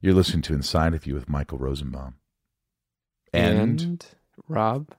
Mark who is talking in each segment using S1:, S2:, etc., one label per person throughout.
S1: You're listening to Inside of You with Michael Rosenbaum.
S2: and,
S1: And,
S2: Rob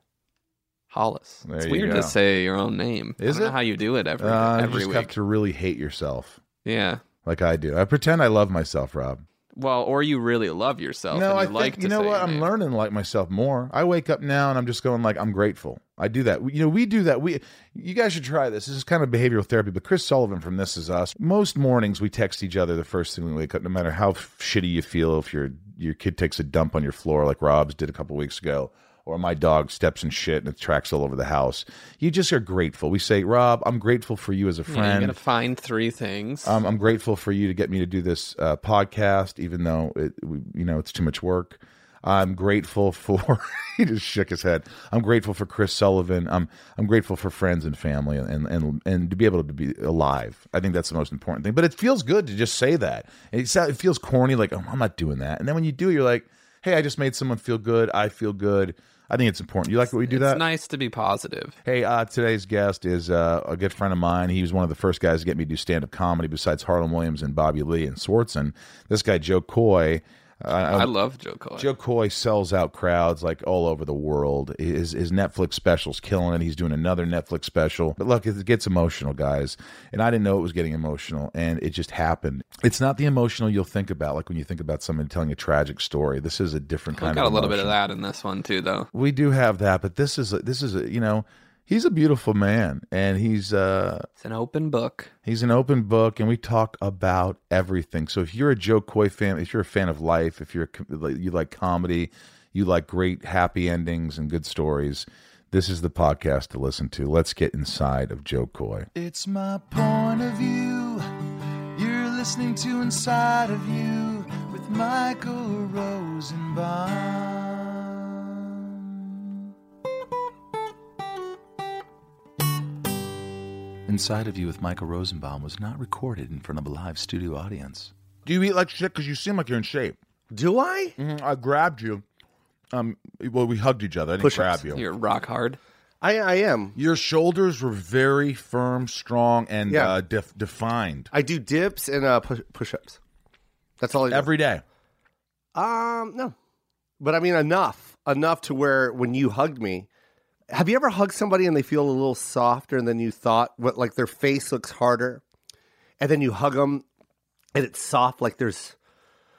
S2: Hollis.
S1: There
S2: it's
S1: you
S2: weird
S1: go.
S2: to say your own name. I
S1: Is
S2: don't know
S1: it?
S2: how you do it every
S1: uh, you
S2: every
S1: just
S2: week?
S1: have to really hate yourself
S2: Yeah.
S1: like I do. I pretend I love myself, Rob.
S2: Well, or you really love yourself.
S1: no,
S2: and
S1: I
S2: you like
S1: think
S2: to
S1: you know
S2: say
S1: what?
S2: your
S1: I'm
S2: name.
S1: learning to like myself more. I wake up now and I'm just going like I'm grateful. I do that. You know, we do that. We you guys should try this. This is kind of behavioral therapy. But Chris Sullivan from This Is Us. Most mornings we text each other the first thing we wake up, no matter how shitty you feel. If your your kid takes a dump on your floor like Rob's did a couple weeks ago, or my dog steps in shit and it tracks all over the house, you just are grateful. We say, Rob, I'm grateful for you as a
S2: Yeah,
S1: friend.
S2: you're gonna find three things.
S1: Um, I'm grateful for you to get me to do this uh, podcast, even though it, we, you know it's too much work. I'm grateful for he just shook his head. I'm grateful for Chris Sullivan. I'm I'm grateful for friends and family and and and to be able to be alive. I think that's the most important thing. But it feels good to just say that. It sou- it feels corny, like oh, I'm not doing that. And then when you do, you're like, hey, I just made someone feel good. I feel good. I think it's important. You like what we do
S2: it's
S1: that?
S2: nice to be positive.
S1: Hey, uh, today's guest is uh, a good friend of mine. He was one of the first guys to get me to do stand up comedy besides Harlan Williams and Bobby Lee and Swartzen. This guy, Joe Coy. uh,
S2: I love Joe Coy.
S1: Oh. Joe Coy sells out crowds like all over the world. His, his Netflix special's killing it. He's doing another Netflix special. But look, it gets emotional, guys. And I didn't know it was getting emotional, and it just happened. It's not the emotional you'll think about, like when you think about someone telling a tragic story. This is a different
S2: we
S1: kind
S2: got a
S1: of
S2: little bit
S1: emotion.
S2: of that in this one too, though.
S1: We do have that, but this is this is you know he's a beautiful man, and he's uh
S2: It's an open book.
S1: he's an open book, and we talk about everything. So if you're a Joe Coy fan, if you're a fan of life, if you're a com- like- you like comedy, you like great happy endings and good stories. This is the podcast to listen to. Let's get inside of Joe Coy. It's my point of view. You're listening to Inside of You with Michael Rosenbaum. Inside of You with Michael Rosenbaum was not recorded in front of a live studio audience. Do you eat like shit? Because you seem like you're in shape. Mm-hmm.
S3: Do I?
S1: I grabbed you. Um, well, we hugged each other. I didn't
S3: Push-ups.
S1: grab you.
S2: You're rock hard.
S3: I, I am.
S1: Your shoulders were very firm, strong, and
S3: Yeah.
S1: uh, def- defined
S3: I do dips and uh, push, push-ups. That's all I do.
S1: every day.
S3: um, no. But I mean, enough. Enough to where when you hugged me, have you ever hugged somebody and they feel a little softer than you thought? What, like their face looks harder? And then you hug them and it's soft, like there's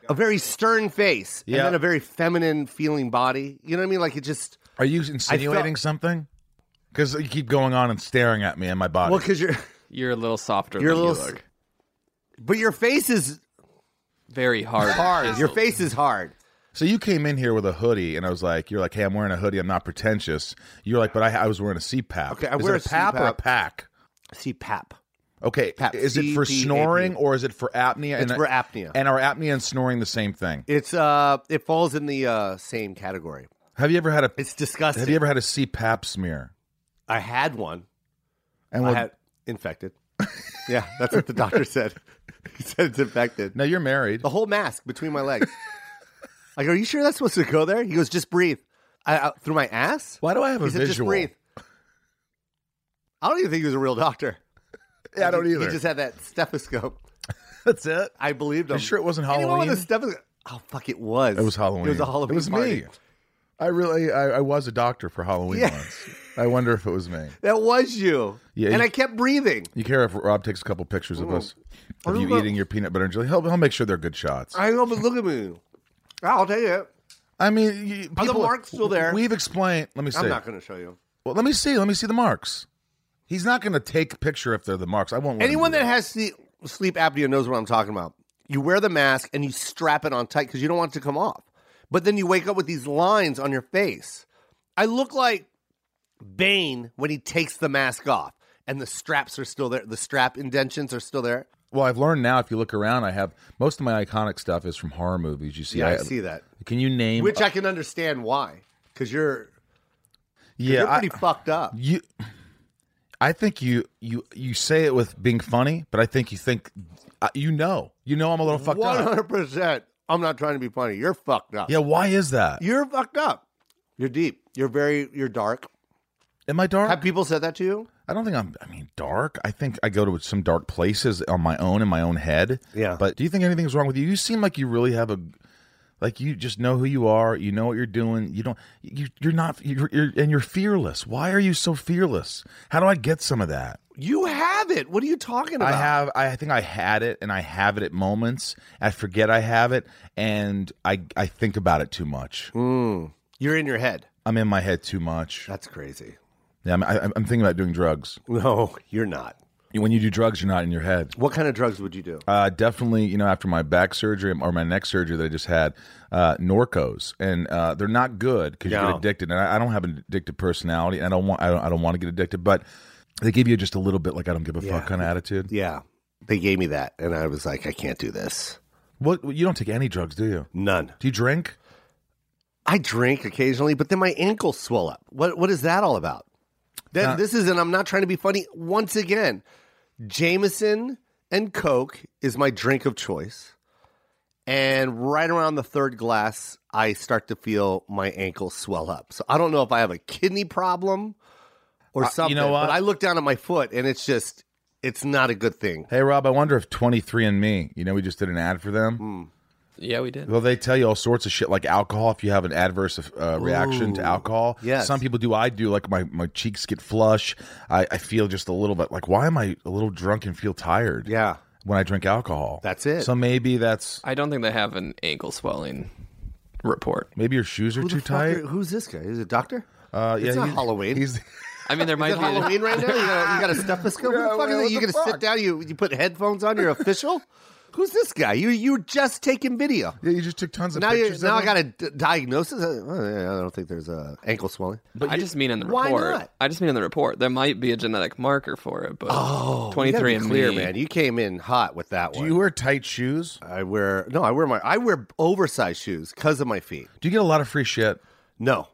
S3: a very stern face
S1: Yeah.
S3: and then a very feminine feeling body. You know what I mean? Like it just,
S1: Are you insinuating something? Because you keep going on and staring at me and my body.
S3: well, because you're,
S2: You're a little softer.
S3: You're a
S2: than
S3: little
S2: you
S3: s-
S2: look.
S3: but your face is
S2: very hard.
S3: hard. Your
S2: Chiseled.
S3: face is hard.
S1: so you came in here with a hoodie, and I was like, "You're like, hey, I'm wearing a hoodie. I'm not pretentious." You're like, "But I, I was wearing a CPAP.
S3: Okay, I
S1: is
S3: wear
S1: it
S3: a
S1: a PAP or a
S3: CPAP.
S1: pack?
S3: See, pap.
S1: Okay,
S3: PAP,
S1: is it for
S3: C-P-A-P.
S1: snoring or is it for apnea?
S3: It's
S1: and,
S3: for apnea.
S1: And are apnea and snoring the same thing?
S3: It's uh, it falls in the uh, same category.
S1: Have you ever had a
S3: It's disgusting.
S1: Have you ever had a CPAP smear?
S3: I had one.
S1: And
S3: I
S1: what-
S3: had infected. yeah, that's what the doctor said. He said it's infected.
S1: now you're married.
S3: The whole mask between my legs. like, are you sure that's supposed to go there? He goes, just breathe. I, I, through my ass.
S1: Why do I have
S3: He
S1: a
S3: said, just
S1: visual?
S3: breathe. I don't even think he was a real doctor.
S1: Yeah, I don't
S3: He-
S1: either.
S3: He just had that stethoscope.
S1: That's it.
S3: I believed him.
S1: You sure it wasn't
S3: Anyone with
S1: Halloween?
S3: a stethoscope? Oh fuck! It was.
S1: It was Halloween.
S3: It was a Halloween.
S1: It was
S3: party.
S1: me. I really, I, I was a doctor for Halloween
S3: Yeah.
S1: once. I wonder if it was me.
S3: That was you.
S1: Yeah,
S3: and
S1: you-
S3: I kept breathing.
S1: You care if Rob takes a couple pictures of us of
S3: don't
S1: you
S3: know.
S1: eating your peanut butter and jelly? He'll, he'll make sure they're good shots. I,
S3: I know, but look at me. I'll tell you.
S1: mean, you, people,
S3: Are the marks still there?
S1: We've explained. Let me see.
S3: I'm not going to show you.
S1: well, let me see. Let me see the marks. He's not going to take a picture if they're the marks. I won't. let him
S3: Anyone
S1: do
S3: that has sleep, sleep apnea knows what I'm talking about. You wear the mask and you strap it on tight because you don't want it to come off. But then you wake up with these lines on your face. I look like Bane when he takes the mask off and the straps are still there. The strap indentions are still there.
S1: Well, I've learned now. If you look around, I have most of my iconic stuff is from horror movies. You see,
S3: Yeah, I see that.
S1: Can you name?
S3: Which I can understand why. Because you're,
S1: yeah,
S3: you're pretty
S1: I,
S3: fucked up.
S1: you. I think you you you say it with being funny, but I think you think uh, you know. You know, I'm a little fucked
S3: One
S1: up.
S3: hundred percent. I'm not trying to be funny. You're fucked up.
S1: Yeah, why is that?
S3: You're fucked up. You're deep. You're very. You're dark.
S1: Am I dark?
S3: Have people said that to you?
S1: I don't think I'm. I mean, dark. I think I go to some dark places on my own in my own head.
S3: Yeah.
S1: But do you think anything's wrong with you? You seem like you really have a Like you just know who you are. You know what you're doing. You don't. You, you're not. You're, you're and you're fearless. Why are you so fearless? How do I get some of that?
S3: You have it. What are you talking about?
S1: I have. I think I had it, and I have it at moments. I forget I have it, and I I think about it too much.
S3: Mm. You're in your head.
S1: I'm in my head too much.
S3: That's crazy.
S1: Yeah, I'm, I, I'm thinking about doing drugs.
S3: No, you're not.
S1: When you do drugs, you're not in your head.
S3: What kind of drugs would you do?
S1: Uh, definitely, you know, after my back surgery or my neck surgery that I just had, uh, Norcos, and uh, they're not good because you
S3: No.
S1: get addicted. And I, I don't have an addictive personality. And I don't want. I don't. I don't want to get addicted, but they give you just a little bit like I don't give a
S3: Yeah.
S1: fuck kind of attitude.
S3: Yeah. They gave me that, and I was like, I can't do this.
S1: What you don't take any drugs, do you?
S3: None.
S1: Do you drink?
S3: I drink occasionally, but then my ankles swell up. What What is that all about? That,
S1: Not-
S3: this is, and I'm not trying to be funny. Once again, Jameson and Coke is my drink of choice. And right around the third glass, I start to feel my ankles swell up. So I don't know if I have a kidney problem or
S1: Uh, you
S3: something.
S1: know what?
S3: But I look down at my foot, and it's just, it's not a good thing.
S1: Hey, Rob, I wonder if 23andMe, you know, we just did an ad for them.
S2: Yeah, we did.
S1: Well, they tell you all sorts of shit like alcohol. If you have an adverse uh, reaction to alcohol,
S3: yes.
S1: Some people do. I do. Like my, my cheeks get flush. I, I feel just a little bit like why am I a little drunk and feel tired?
S3: Yeah.
S1: When I drink alcohol,
S3: That's it.
S1: So maybe that's
S2: I don't think they have an ankle swelling report.
S1: maybe your shoes are
S3: Who the
S1: too
S3: fuck are-
S1: tight.
S3: who's this guy? Is it a doctor?
S1: Uh,
S3: It's not
S1: he's-
S3: Halloween.
S1: He's
S2: I mean, there might
S3: Is it
S2: be. a-
S3: Halloween right now? You got, you got a stethoscope? Who
S1: Yeah,
S3: the fuck
S1: man,
S3: is
S1: what
S3: it? You
S1: the
S3: gonna sit
S1: fuck?
S3: down? You you put headphones on? You're official? Who's this guy? You you were just taking video.
S1: yeah, you just took tons of
S3: Now you
S1: pictures.
S3: now
S1: of
S3: I
S1: him.
S3: got a d- diagnosis. Uh, well, yeah, I don't think there's a ankle swelling.
S2: I just mean in the
S3: Why
S2: report.
S3: not?
S2: I just mean in the report. There might be a genetic marker for it, but oh, 23
S3: You
S2: and
S3: gotta be clear, man. You came in hot with that
S1: Do
S3: one.
S1: you wear tight shoes?
S3: I wear no. I wear my I wear oversized shoes because of my feet.
S1: Do you get a lot of free shit?
S3: No,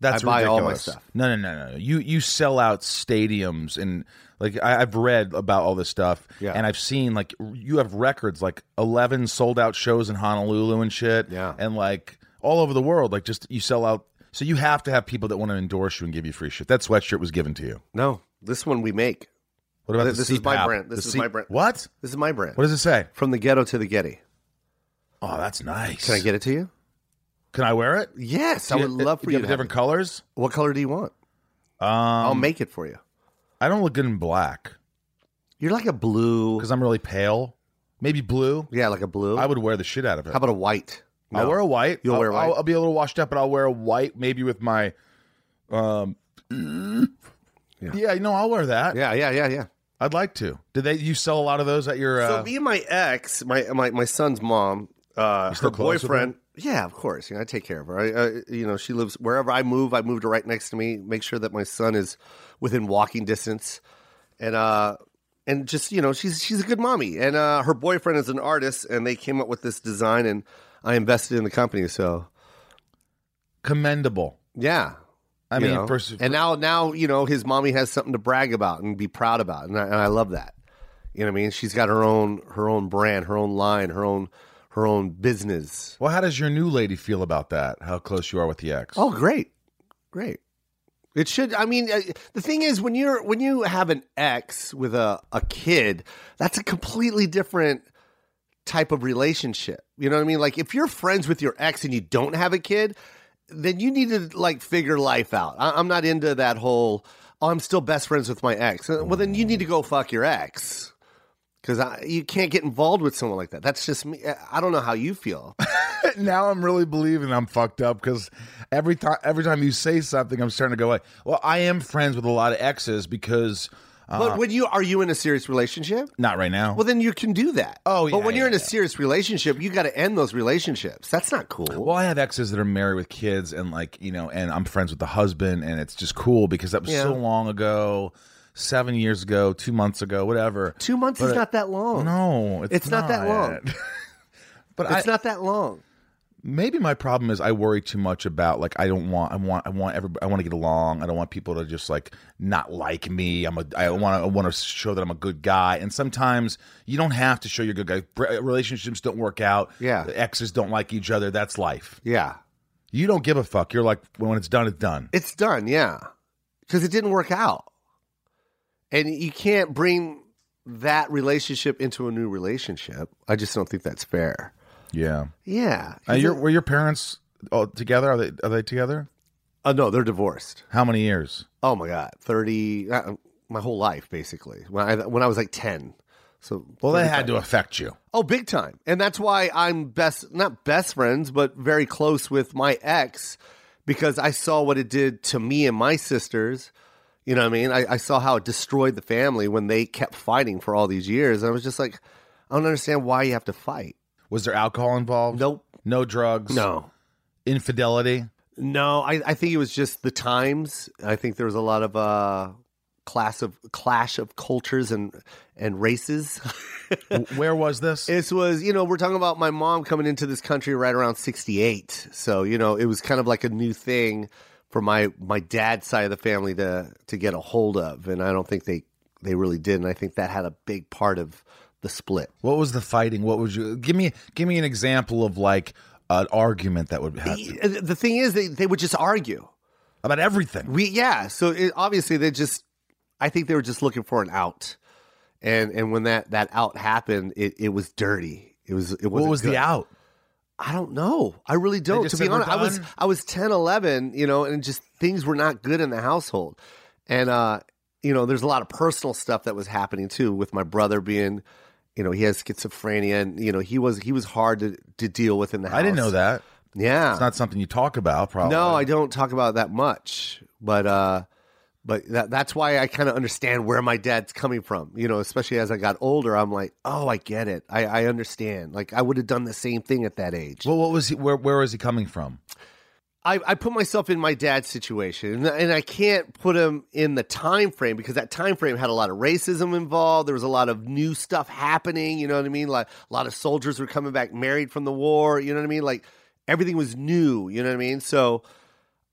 S1: That's
S3: I buy all
S1: ridiculous.
S3: my stuff.
S1: No, no, no, no. You you sell out stadiums and like I, I've read about all this stuff.
S3: Yeah.
S1: And I've seen like you have records like eleven sold out shows in Honolulu and shit.
S3: Yeah.
S1: And like all over the world, like just you sell out. So you have to have people that want to endorse you and give you free shit. That sweatshirt was given to you.
S3: no. This one we make.
S1: What about
S3: Th-
S1: the
S3: this is my
S1: CPAP?
S3: brand. This
S1: The
S3: is my brand.
S1: What?
S3: This is my brand.
S1: What does it say?
S3: From the ghetto to the Getty.
S1: Oh, that's nice.
S3: Can I get it to you?
S1: Can I wear it?
S3: Yes,
S1: Do
S3: I
S1: you-
S3: would love
S1: do
S3: for
S1: you
S3: you.
S1: have
S3: to have
S1: different colors.
S3: it. What color do you want?
S1: Um,
S3: I'll make it for you.
S1: I don't look good in black
S3: You're like a blue.
S1: because I'm really pale. Maybe blue.
S3: Yeah, like a blue.
S1: I would wear the shit out of it.
S3: How about a white?
S1: I'll wear a white.
S3: You'll
S1: I'll,
S3: wear white?
S1: I'll, I'll be a little washed up, but I'll wear a white, maybe with my. Um, yeah. you know, I'll wear that.
S3: yeah, yeah, yeah, yeah.
S1: I'd like to. Did they? You sell a lot of those at your? Uh,
S3: so me and my ex, my my, my son's mom, uh,
S1: still
S3: her
S1: close with
S3: boyfriend. Yeah, of course. You know, I take care of her. I, I, you know, she lives wherever I move. I moved her right next to me. Make sure that my son is within walking distance, and uh, and just you know, she's she's a good mommy. And uh, her boyfriend is an artist, and they came up with this design, and I invested in the company. So
S1: commendable.
S3: yeah,
S1: I
S3: you
S1: mean,
S3: know?
S1: first,
S3: and now now you know his mommy has something to brag about and be proud about, and I, and I love that. You know what I mean? She's got her own her own brand, her own line, her own her own business.
S1: well, how does your new lady feel about that? How close you are with the ex?
S3: Oh, great, great. It should. I mean, uh, the thing is, when you're when you have an ex with a a kid, that's a completely different type of relationship. You know what I mean? Like if you're friends with your ex and you don't have a kid, then you need to like figure life out. I- I'm not into that whole. Oh, I'm still best friends with my ex. Uh, Well, then you need to go fuck your ex. Because you can't get involved with someone like that. That's just me. Uh, I- I don't know how you feel.
S1: now I'm really believing I'm fucked up because every time every time you say something, I'm starting to go like, well, I am friends with a lot of exes because
S3: but when you are you in a serious relationship?
S1: not right now.
S3: Well, then you can do that.
S1: Oh, yeah,
S3: But when
S1: yeah,
S3: you're in a
S1: yeah.
S3: serious relationship, you got to end those relationships. That's not cool.
S1: Well, I have exes that are married with kids, and like you know, and I'm friends with the husband, and it's just cool because that was
S3: Yeah.
S1: so long ago, seven years ago, two months ago, whatever.
S3: Two months is
S1: But-
S3: not that long.
S1: No, it's,
S3: It's not that long.
S1: but I,
S3: it's not that long.
S1: maybe my problem is I worry too much about like I don't want I want I want everybody I want to get along. I don't want people to just like not like me. I'm a I want to I want to show that I'm a good guy. And sometimes you don't have to show you're a good guy. Br- Relationships don't work out.
S3: Yeah.
S1: exes don't like each other. That's life.
S3: Yeah.
S1: You don't give a fuck. You're like when it's done, it's done.
S3: It's done. Yeah. Because it didn't work out. And you can't bring that relationship into a new relationship. I just don't think that's fair.
S1: Yeah.
S3: Yeah.
S1: Uh, your, were your parents all together? Are they are they together?
S3: Uh, no, they're divorced.
S1: How many years?
S3: Oh my god, thirty. Uh, my whole life, basically. When I when I was like ten. So
S1: Well, they had to affect you.
S3: Oh, big time. And that's why I'm best, not best friends, but very close with my ex because I saw what it did to me and my sisters. You know what I mean? I, I saw how it destroyed the family when they kept fighting for all these years. And I was just like, I don't understand why you have to fight.
S1: Was there alcohol involved?
S3: Nope.
S1: No drugs.
S3: No.
S1: Infidelity.
S3: No, I, I think it was just the times. I think there was a lot of uh, class of clash of cultures and and races.
S1: W- Where was this?
S3: This was, you know, we're talking about my mom coming into this country right around 68. So, you know, it was kind of like a new thing for my my dad's side of the family to to get a hold of, and I don't think they they really did, and I think that had a big part of the split.
S1: what was the fighting? What was you? Give me give me an example of like an argument that would happen
S3: The uh, the thing is they they would just argue.
S1: about everything.
S3: We yeah, so it, obviously they just I think they were just looking for an out. And and when that that out happened, it it was dirty. It was it
S1: What was
S3: good.
S1: the out?
S3: I don't know. I really don't.
S1: just
S3: To be
S1: said, "We're
S3: honest, I was
S1: done"?
S3: I was 10, 11, you know, and just things were not good in the household. And uh, you know, there's a lot of personal stuff that was happening too with my brother being, you know, he has schizophrenia and you know, he was he was hard to, to deal with in the house.
S1: I didn't know that.
S3: Yeah.
S1: It's not something you talk about. Probably.
S3: No, I don't talk about it that much, but uh, but that, that's why I kind of understand where my dad's coming from. You know, especially as I got older, I'm like, oh, I get it. I, I understand. Like I would have done the same thing at that age.
S1: Well, what was he? Where where was he coming from?
S3: I, I put myself in my dad's situation, and, and I can't put him in the time frame because that time frame had a lot of racism involved. There was a lot of new stuff happening. You know what I mean? Like a lot of soldiers were coming back married from the war. You know what I mean? Like everything was new. You know what I mean? So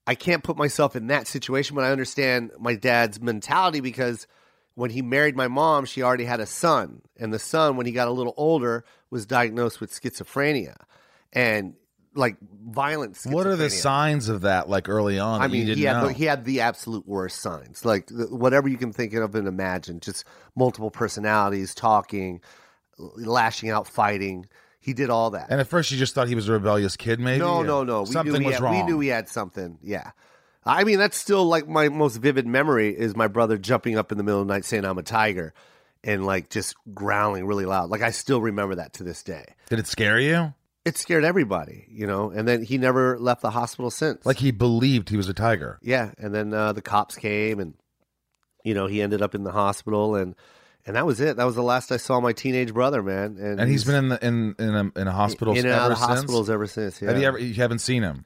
S3: I can't put myself in that situation, but I understand my dad's mentality because when he married my mom, she already had a son, and the son, when he got a little older, was diagnosed with schizophrenia, and like violent. Schizophrenia.
S1: What are the signs of that? Like early on,
S3: I
S1: that you
S3: mean,
S1: didn't
S3: he had,
S1: know?
S3: the, he had the absolute worst signs, like th- whatever you can think of and imagine, just multiple personalities, talking, l- lashing out, fighting. He did all that.
S1: and at first, you just thought he was a rebellious kid. Maybe
S3: no,
S1: or
S3: no, no. We
S1: Something
S3: knew he
S1: was
S3: had,
S1: wrong.
S3: We knew he had something. Yeah. I mean, that's still like my most vivid memory is my brother jumping up in the middle of the night saying I'm a tiger and like just growling really loud. Like I still remember that to this day.
S1: Did it scare you?
S3: It scared everybody, you know, and then he never left the hospital since.
S1: Like he believed he was a tiger.
S3: Yeah, and then uh, the cops came, and you know he ended up in the hospital, and and that was it. That was the last I saw my teenage brother, man. And,
S1: And he's been in the in in a, in a hospital
S3: in and
S1: ever
S3: out of
S1: since.
S3: hospitals ever since. Yeah.
S1: Have you ever? You haven't seen him.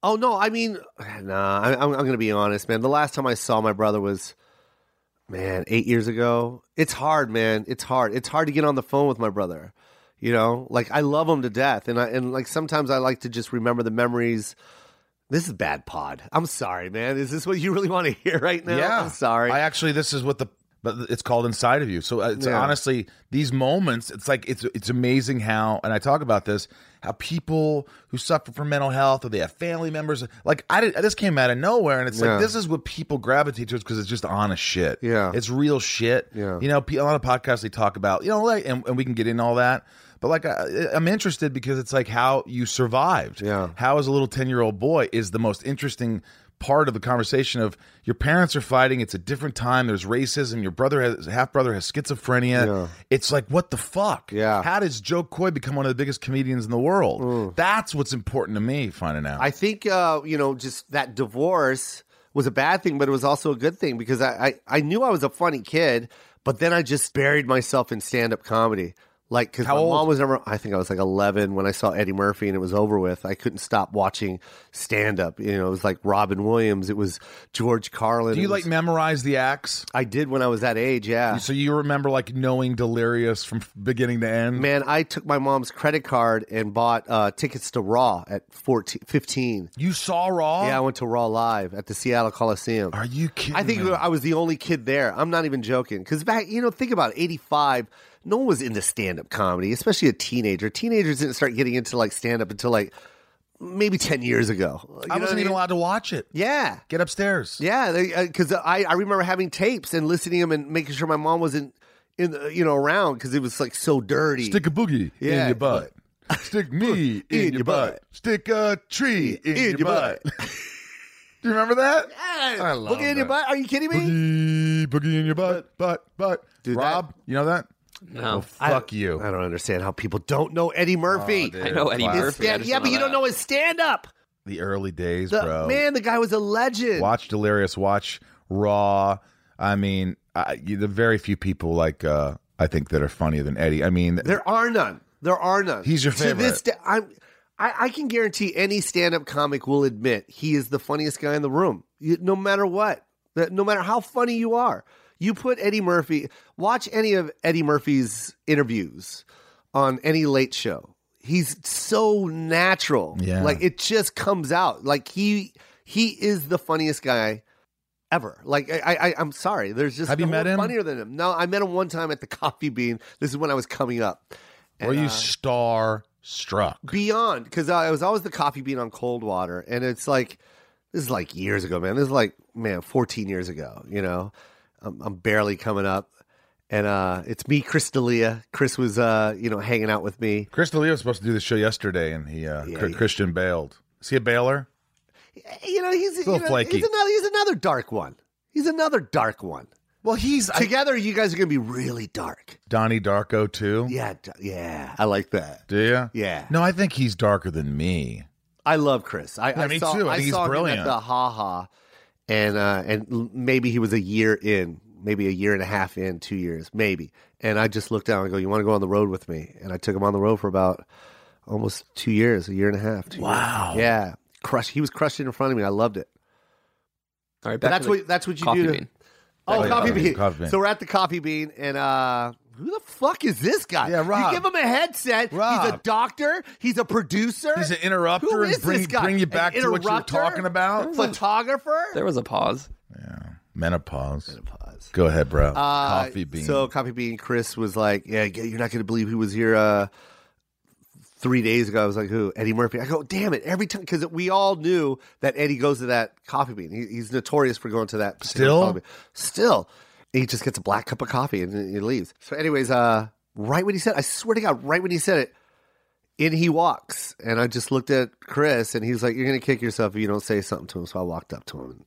S3: Oh no, I mean, nah. I, I'm, I'm gonna be honest, man. The last time I saw my brother was, man, eight years ago. It's hard, man. It's hard. It's hard to get on the phone with my brother. You know, like I love him to death, and I and like sometimes I like to just remember the memories. This is bad pod. I'm sorry, man. Is this what you really want to hear right now? I'm sorry.
S1: I actually, this is what the but it's called inside of you. So uh, it's
S3: Yeah.
S1: honestly these moments. It's like it's it's amazing how, and I talk about this how people who suffer from mental health or they have family members like I did, this came out of nowhere, and it's
S3: Yeah.
S1: like this is what people gravitate towards because it's just honest shit.
S3: Yeah.
S1: it's real shit.
S3: Yeah.
S1: you know, pe- a lot of podcasts they talk about you know, like, and, and we can get in all that. But like I, I'm interested because it's like how you survived.
S3: Yeah.
S1: How as a little 10 year old boy is the most interesting part of the conversation of your parents are fighting. It's a different time. There's racism. Your brother has half brother has schizophrenia.
S3: Yeah.
S1: It's like, what the fuck?
S3: Yeah. Mm.
S1: How does Joe Coy become one of the biggest comedians in the world? That's what's important to me finding out.
S3: I think uh, you know, just that divorce was a bad thing, but it was also a good thing because I I, I knew I was a funny kid, but then I just buried myself in stand up comedy. Like, because my
S1: How old?
S3: mom was never. I think I was like eleven when I saw Eddie Murphy, and it was over with. I couldn't stop watching stand up. You know, it was like Robin Williams, it was George Carlin.
S1: Do
S3: it
S1: you
S3: was-
S1: like memorize the acts?
S3: I did when I was that age. Yeah,
S1: So you remember like knowing Delirious from f- beginning to end?
S3: man, I took my mom's credit card and bought uh, tickets to Raw at 14, 15.
S1: You saw Raw?
S3: Yeah, I went to Raw live at the Seattle Coliseum.
S1: Are you kidding?
S3: I think
S1: me?
S3: I was the only kid there. I'm not even joking. Because back, you know, think about it, 85. No one was into stand up comedy, especially a teenager. Teenagers didn't start getting into like stand up until like maybe 10 years ago. You know
S1: I
S3: what
S1: wasn't
S3: mean?
S1: even allowed to watch it.
S3: Yeah.
S1: Get upstairs.
S3: Yeah. Because I, I remember having tapes and listening to them and making sure uh, my mom wasn't in, the, you know, around because it was like so dirty.
S1: Stick a boogie in your butt. Stick me in, your, butt. Stick a tree in, your, butt. Do you remember that? I love
S3: Boogie in your
S1: that.
S3: butt? Are you kidding me?
S1: Boogie, boogie in your butt, butt, butt.
S3: Dude,
S1: Rob, you know that? Well,
S2: No,
S3: Oh,
S1: fuck you.
S3: I don't understand how people don't know Eddie Murphy.
S1: dude.
S2: I know Eddie
S1: Wow.
S2: Murphy. I
S3: yeah,
S2: just
S3: yeah, but you don't
S2: that.
S3: know his stand up.
S1: the early days, bro.
S3: Man, the guy was a legend.
S1: Watch Delirious. Watch Raw. I mean, I, you, the very few people like uh, I think that are funnier than Eddie. I mean,
S3: There are none. There are none.
S1: He's your
S3: To this
S1: favorite.
S3: day, I'm, I, I can guarantee any stand up comic will admit he is the funniest guy in the room, You- no matter what, that, no matter how funny you are. You put Eddie Murphy, watch any of Eddie Murphy's interviews on any late show. He's so natural.
S1: Yeah.
S3: Like it just comes out. Like he he is the funniest guy ever. Like I, I I'm sorry. There's just
S1: Have you
S3: no
S1: met
S3: one
S1: him?
S3: funnier than him. No, I met him one time at the Coffee Bean. This is when I was coming up. uh,
S1: were you star struck?
S3: Beyond because I was always the Coffee Bean on Coldwater, and it's like this is like years ago, man. This is like man, 14 years ago. You know, I'm, I'm barely coming up, and uh, it's me, Chris D'Elia. Chris was uh, you know hanging out with me.
S1: Chris D'Elia was supposed to do the show yesterday, and he uh, Cr-
S3: he-
S1: Christian bailed. Is he a bailer?
S3: You know, he's,
S1: little
S3: you know,
S1: flaky.
S3: he's another he's another dark one. He's another dark one.
S1: Well, he's I,
S3: Together, you guys are gonna be really dark.
S1: Donnie Darko too.
S3: Yeah, d- yeah, I like that.
S1: Do you?
S3: Yeah.
S1: No, I think he's darker than me.
S3: I love Chris. I, I
S1: me
S3: saw,
S1: too. I think he's
S3: saw him
S1: brilliant.
S3: at the Ha Ha, and uh, and l- maybe he was a year in, maybe a year and a half in, two years, maybe. And I just looked down and go, "You want to go on the road with me?" And I took him on the road for about almost two years, a year and a half. two years.
S1: Wow.
S3: Yeah, crush. He was crushed it in front of me. I loved it.
S2: All right,
S3: But
S2: back
S3: that's
S2: to the
S3: what that's what you
S2: coffee
S3: do. To,
S2: bean.
S3: Oh,
S1: Back to
S3: coffee,
S1: coffee
S3: bean.
S1: bean, coffee bean.
S3: So we're at the coffee bean, and uh, who the fuck is this guy?
S1: Yeah, Rob.
S3: You give him a headset. He's a
S1: Rob.
S3: doctor. He's a producer.
S1: He's an interrupter
S3: Who
S1: and
S3: is
S1: bring-
S3: this guy?
S1: bring you
S3: An
S1: back to what you were
S3: interrupter?
S1: talking about?
S3: Photographer.
S2: There was a pause.
S1: Menopause. Menopause. Go ahead, bro.
S3: Uh,
S1: Coffee bean.
S3: So coffee bean. Chris was like, "Yeah, you're not going to believe he was here." Uh, Three days ago, I was like, "Who? Eddie Murphy?" I go, "Damn it!" Every time, because we all knew that Eddie goes to that coffee bean. He, he's notorious for going to that particular
S1: Still?
S3: coffee bean. Still, he just gets a black cup of coffee and then he leaves. So, anyways, uh, right when he said, I swear to God, right when he said it, in he walks, and I just looked at Chris, and he's like, "You're going to kick yourself if you don't say something to him." So I walked up to him and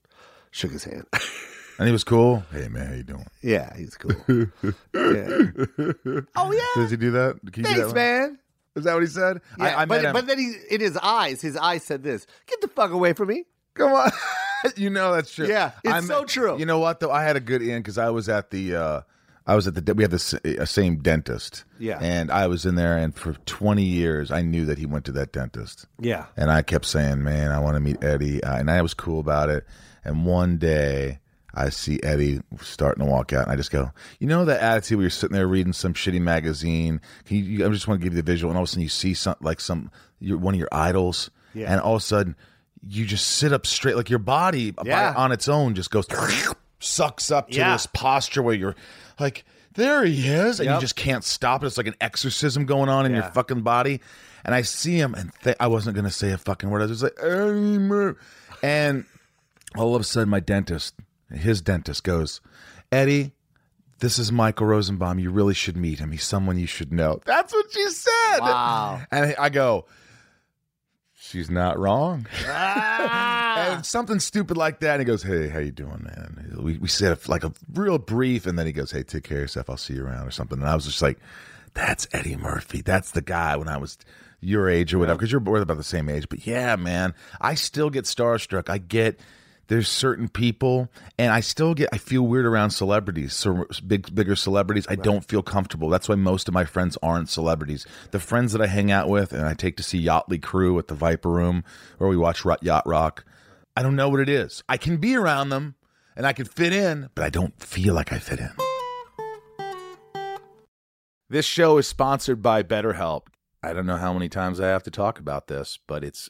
S3: shook his hand.
S1: and he was cool. Hey man, how you doing?
S3: Yeah, he's cool. Yeah. Oh yeah,
S1: Does he do that? Can you do
S3: thanks,
S1: that?
S3: man.
S1: Is that what he said?
S3: Yeah,
S1: I, I
S3: but
S1: met him.
S3: but then he in his eyes, his eyes said this: "Get the fuck away from me."
S1: Come on. you know that's true.
S3: Yeah, it's
S1: I'm-
S3: so true.
S1: You know what though? I had a good in because I was at the uh I was at the de- we had the s- uh, same dentist.
S3: Yeah.
S1: And I was in there and for 20 years I knew that he went to that dentist.
S3: Yeah,
S1: And I kept saying, "Man, I want to meet Eddie." Uh, and I was cool about it. And one day I see Eddie starting to walk out, and I just go, "You know that attitude where you're sitting there reading some shitty magazine? Can you, you, I just want to give you the visual, and all of a sudden you see some like some your, one of your idols,
S3: Yeah.
S1: and all of a sudden you just sit up straight, like your body by-
S3: Yeah.
S1: on its own just goes sucks up to
S3: Yeah.
S1: this posture where you're like." There he is, and you
S3: Yep.
S1: just can't stop it. It's like an exorcism going on in your fucking body. And I see him, and th- I wasn't going to say a fucking word. I was just like, "Eddie Mur-" and all of a sudden, my dentist, his dentist, goes, Eddie, this is Michael Rosenbaum. You really should meet him. He's someone you should know. That's what she said.
S3: Wow.
S1: And I go, she's not wrong.
S3: Ah!
S1: And something stupid like that. And he goes, "Hey, how you doing, man?" We we said a, like a real brief, and then he goes, "Hey, take care of yourself. I'll see you around or something." And I was just like, "That's Eddie Murphy. That's the guy." When I was your age or whatever, because you're both about the same age. But yeah, man, I still get starstruck. I get there's certain people, and I still get I feel weird around celebrities, so big bigger celebrities. I don't feel comfortable. That's why most of my friends aren't celebrities. The friends that I hang out with and I take to see Yachtly Crew at the Viper Room, where we watch Ro- Yacht Rock. I don't know what it is. I can be around them and I can fit in, but I don't feel like I fit in. This show is sponsored by BetterHelp. I don't know how many times I have to talk about this, but it's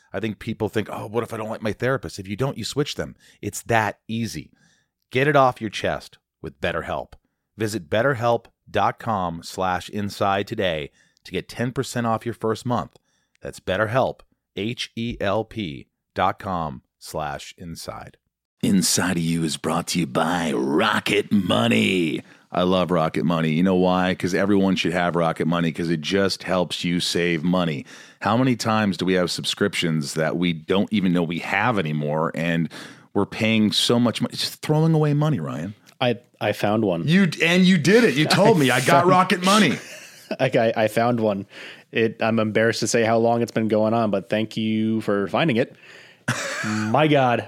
S1: I think people think, oh, what if I don't like my therapist? If you don't, you switch them. It's that easy. Get it off your chest with BetterHelp. Visit betterhelp.com slash inside today to get 10% off your first month. That's betterhelp, H-E-L-P dot com slash inside. Inside of You is brought to you by Rocket Money. I love Rocket Money. You know why? Because everyone should have Rocket Money because it just helps you save money. How many times do we have subscriptions that we don't even know we have anymore and we're paying so much money? It's just throwing away money, Ryan.
S4: I I found one.
S1: You and you did it. You told me I got Rocket Money.
S4: Like I, I found one. It I'm embarrassed to say how long it's been going on, but thank you for finding it. My God,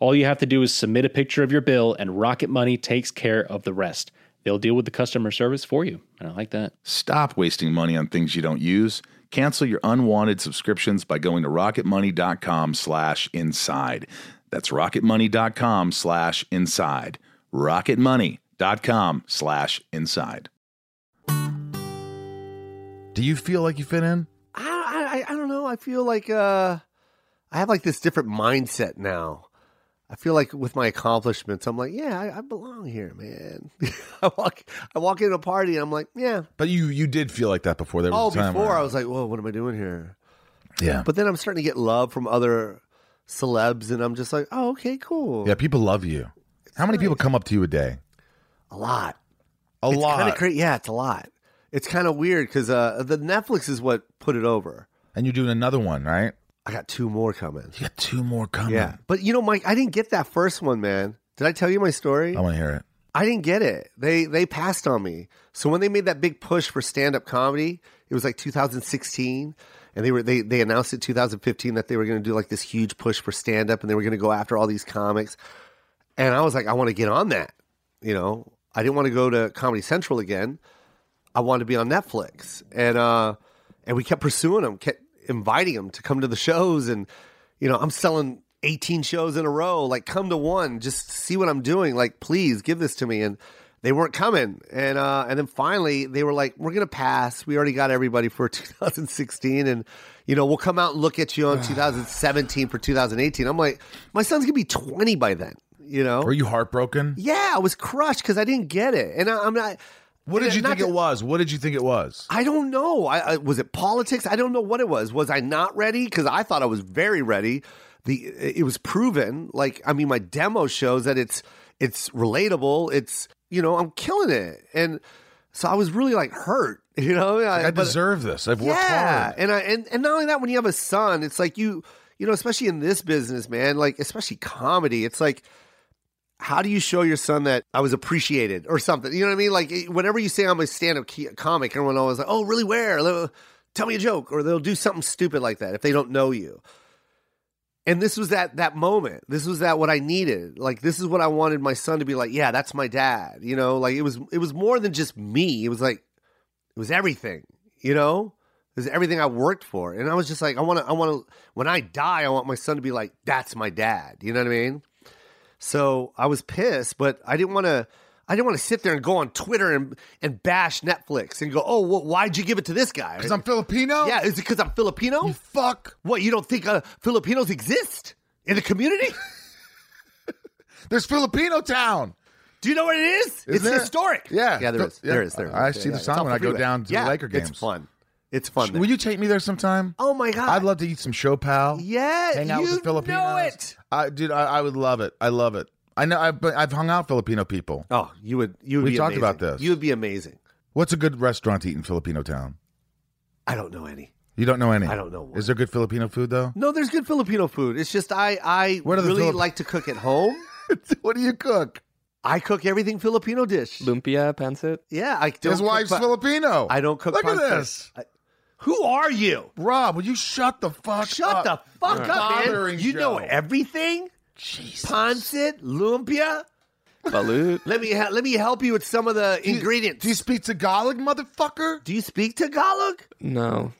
S4: All you have to do is submit a picture of your bill, and Rocket Money takes care of the rest. They'll deal with the customer service for you. And I like that.
S1: Stop wasting money on things you don't use. Cancel your unwanted subscriptions by going to rocketmoney.com slash inside. That's rocketmoney.com slash inside. Rocketmoney.com slash inside. Do you feel like you fit in?
S3: I, I, I don't know. I feel like uh, I have like this different mindset now. I feel like with my accomplishments, I'm like, yeah, I, I belong here, man. I walk, I walk into a party, and I'm like, yeah.
S1: But you you did feel like that before. There
S3: Oh,
S1: was a time
S3: before
S1: where-
S3: I was like, whoa, what am I doing here?
S1: yeah
S3: But then I'm starting to get love from other celebs, and I'm just like, oh, okay, cool.
S1: yeah people love you. How many people come up to you a day?
S3: A lot.
S1: A
S3: it's Kinda cra- yeah, it's a lot. It's kind of weird because uh, the Netflix is what put it over.
S1: and you're doing another one, right?
S3: I got two more coming.
S1: You got two more coming.
S3: Yeah, but you know, Mike, I didn't get that first one, man. Did I tell you my story?
S1: I want to hear it.
S3: I didn't get it. They they passed on me. So when they made that big push for stand up comedy, it was like 2016, and they were they they announced in 2015 that they were going to do like this huge push for stand up, and they were going to go after all these comics. And I was like, I want to get on that. You know, I didn't want to go to Comedy Central again. I wanted to be on Netflix, and uh, and we kept pursuing them, kept inviting them to come to the shows, and you know, I'm selling 18 shows in a row. Like, come to one, just see what I'm doing. Like, please give this to me. And they weren't coming, and uh, and then finally they were like, we're gonna pass. We already got everybody for 2016, and you know, we'll come out and look at you on 2017 for 2018. I'm like, my son's gonna be 20 by then. You know,
S1: Were you heartbroken?
S3: yeah, I was crushed because I didn't get it, and I, I'm not.
S1: What did
S3: Yeah,
S1: you
S3: not
S1: think
S3: to-
S1: it was? What did you think it was?
S3: I don't know. I, I was it politics. I don't know what it was. Was I not ready? Because I thought I was very ready. The it was proven. Like I mean, my demo shows that it's it's relatable. It's you know I'm killing it, and so I was really like hurt You know, what I, mean?
S1: I
S3: I- but-
S1: deserve this. I've worked
S3: yeah,
S1: hard.
S3: and I and, and not only that, when you have a son, it's like you you know, especially in this business, man, like especially comedy, it's like how do you show your son that I was appreciated or something? You know what I mean? Like it- whenever you say I'm a stand-up ke- comic, everyone always like, oh, really? Where? Lo- Tell me a joke, or they'll do something stupid like that if they don't know you. And this was that that moment. This was that what I needed. Like this is what I wanted my son to be like. Yeah, that's my dad. You know, like it was it was more than just me. It was like it was everything, you know? It was everything I worked for. And I was just like, I wanna I wanna when I die, I want my son to be like, that's my dad. You know what I mean? So I was pissed, but I didn't wanna I didn't want to sit there and go on Twitter and, and bash Netflix and go, oh, well, why'd you give it to this guy?
S1: Because I'm Filipino.
S3: yeah, is it because I'm Filipino?
S1: Fuck.
S3: what, you don't think uh, Filipinos exist in the community?
S1: There's Filipino town.
S3: Do you know what it is?
S1: Isn't
S3: it's
S1: there?
S3: historic.
S1: Yeah.
S3: Yeah, there is.
S1: Yeah.
S3: There is. There is.
S1: I see the
S3: It's
S1: sign
S3: off
S1: when I go
S3: freeway.
S1: down to the
S3: yeah,
S1: Laker games.
S3: It's fun. It's fun. there.
S1: Will you take me there sometime?
S3: Oh my god!
S1: I'd love to eat some Chopal.
S3: Yeah,
S1: Hang out
S3: you
S1: with the Filipinos.
S3: know it.
S1: I, dude, I, I would love it. I love it. I know. I've, been- I've hung out with Filipino people.
S3: Oh, you would. You would
S1: We
S3: be
S1: talked about
S3: amazing.
S1: this.
S3: You would be amazing.
S1: What's a good restaurant to eat in Filipino town?
S3: I don't know any.
S1: You don't know any.
S3: I don't know one.
S1: Is there good Filipino food though?
S3: No, there's good Filipino food. It's just I I
S1: What are the
S3: really
S1: Filip-
S3: like to cook at home.
S1: what do you cook?
S3: I cook everything Filipino dish.
S2: Lumpia, pancit.
S3: Yeah, I don't.
S1: His
S3: cook
S1: wife's
S3: pa-
S1: Filipino.
S3: I don't cook.
S1: Look at
S3: pancit.
S1: this,
S3: I- who are you?
S1: Rob. Will you shut the fuck?
S3: Shut
S1: up?
S3: the fuck
S1: You're
S3: up, man.
S1: bothering
S3: You know
S1: Joe.
S3: everything.
S1: Jeez.
S3: Pancit, lumpia.
S2: Balut.
S3: Let me ha- let me help you with some of the ingredients.
S1: Do you speak Tagalog, motherfucker?
S3: Do you speak Tagalog?
S2: No.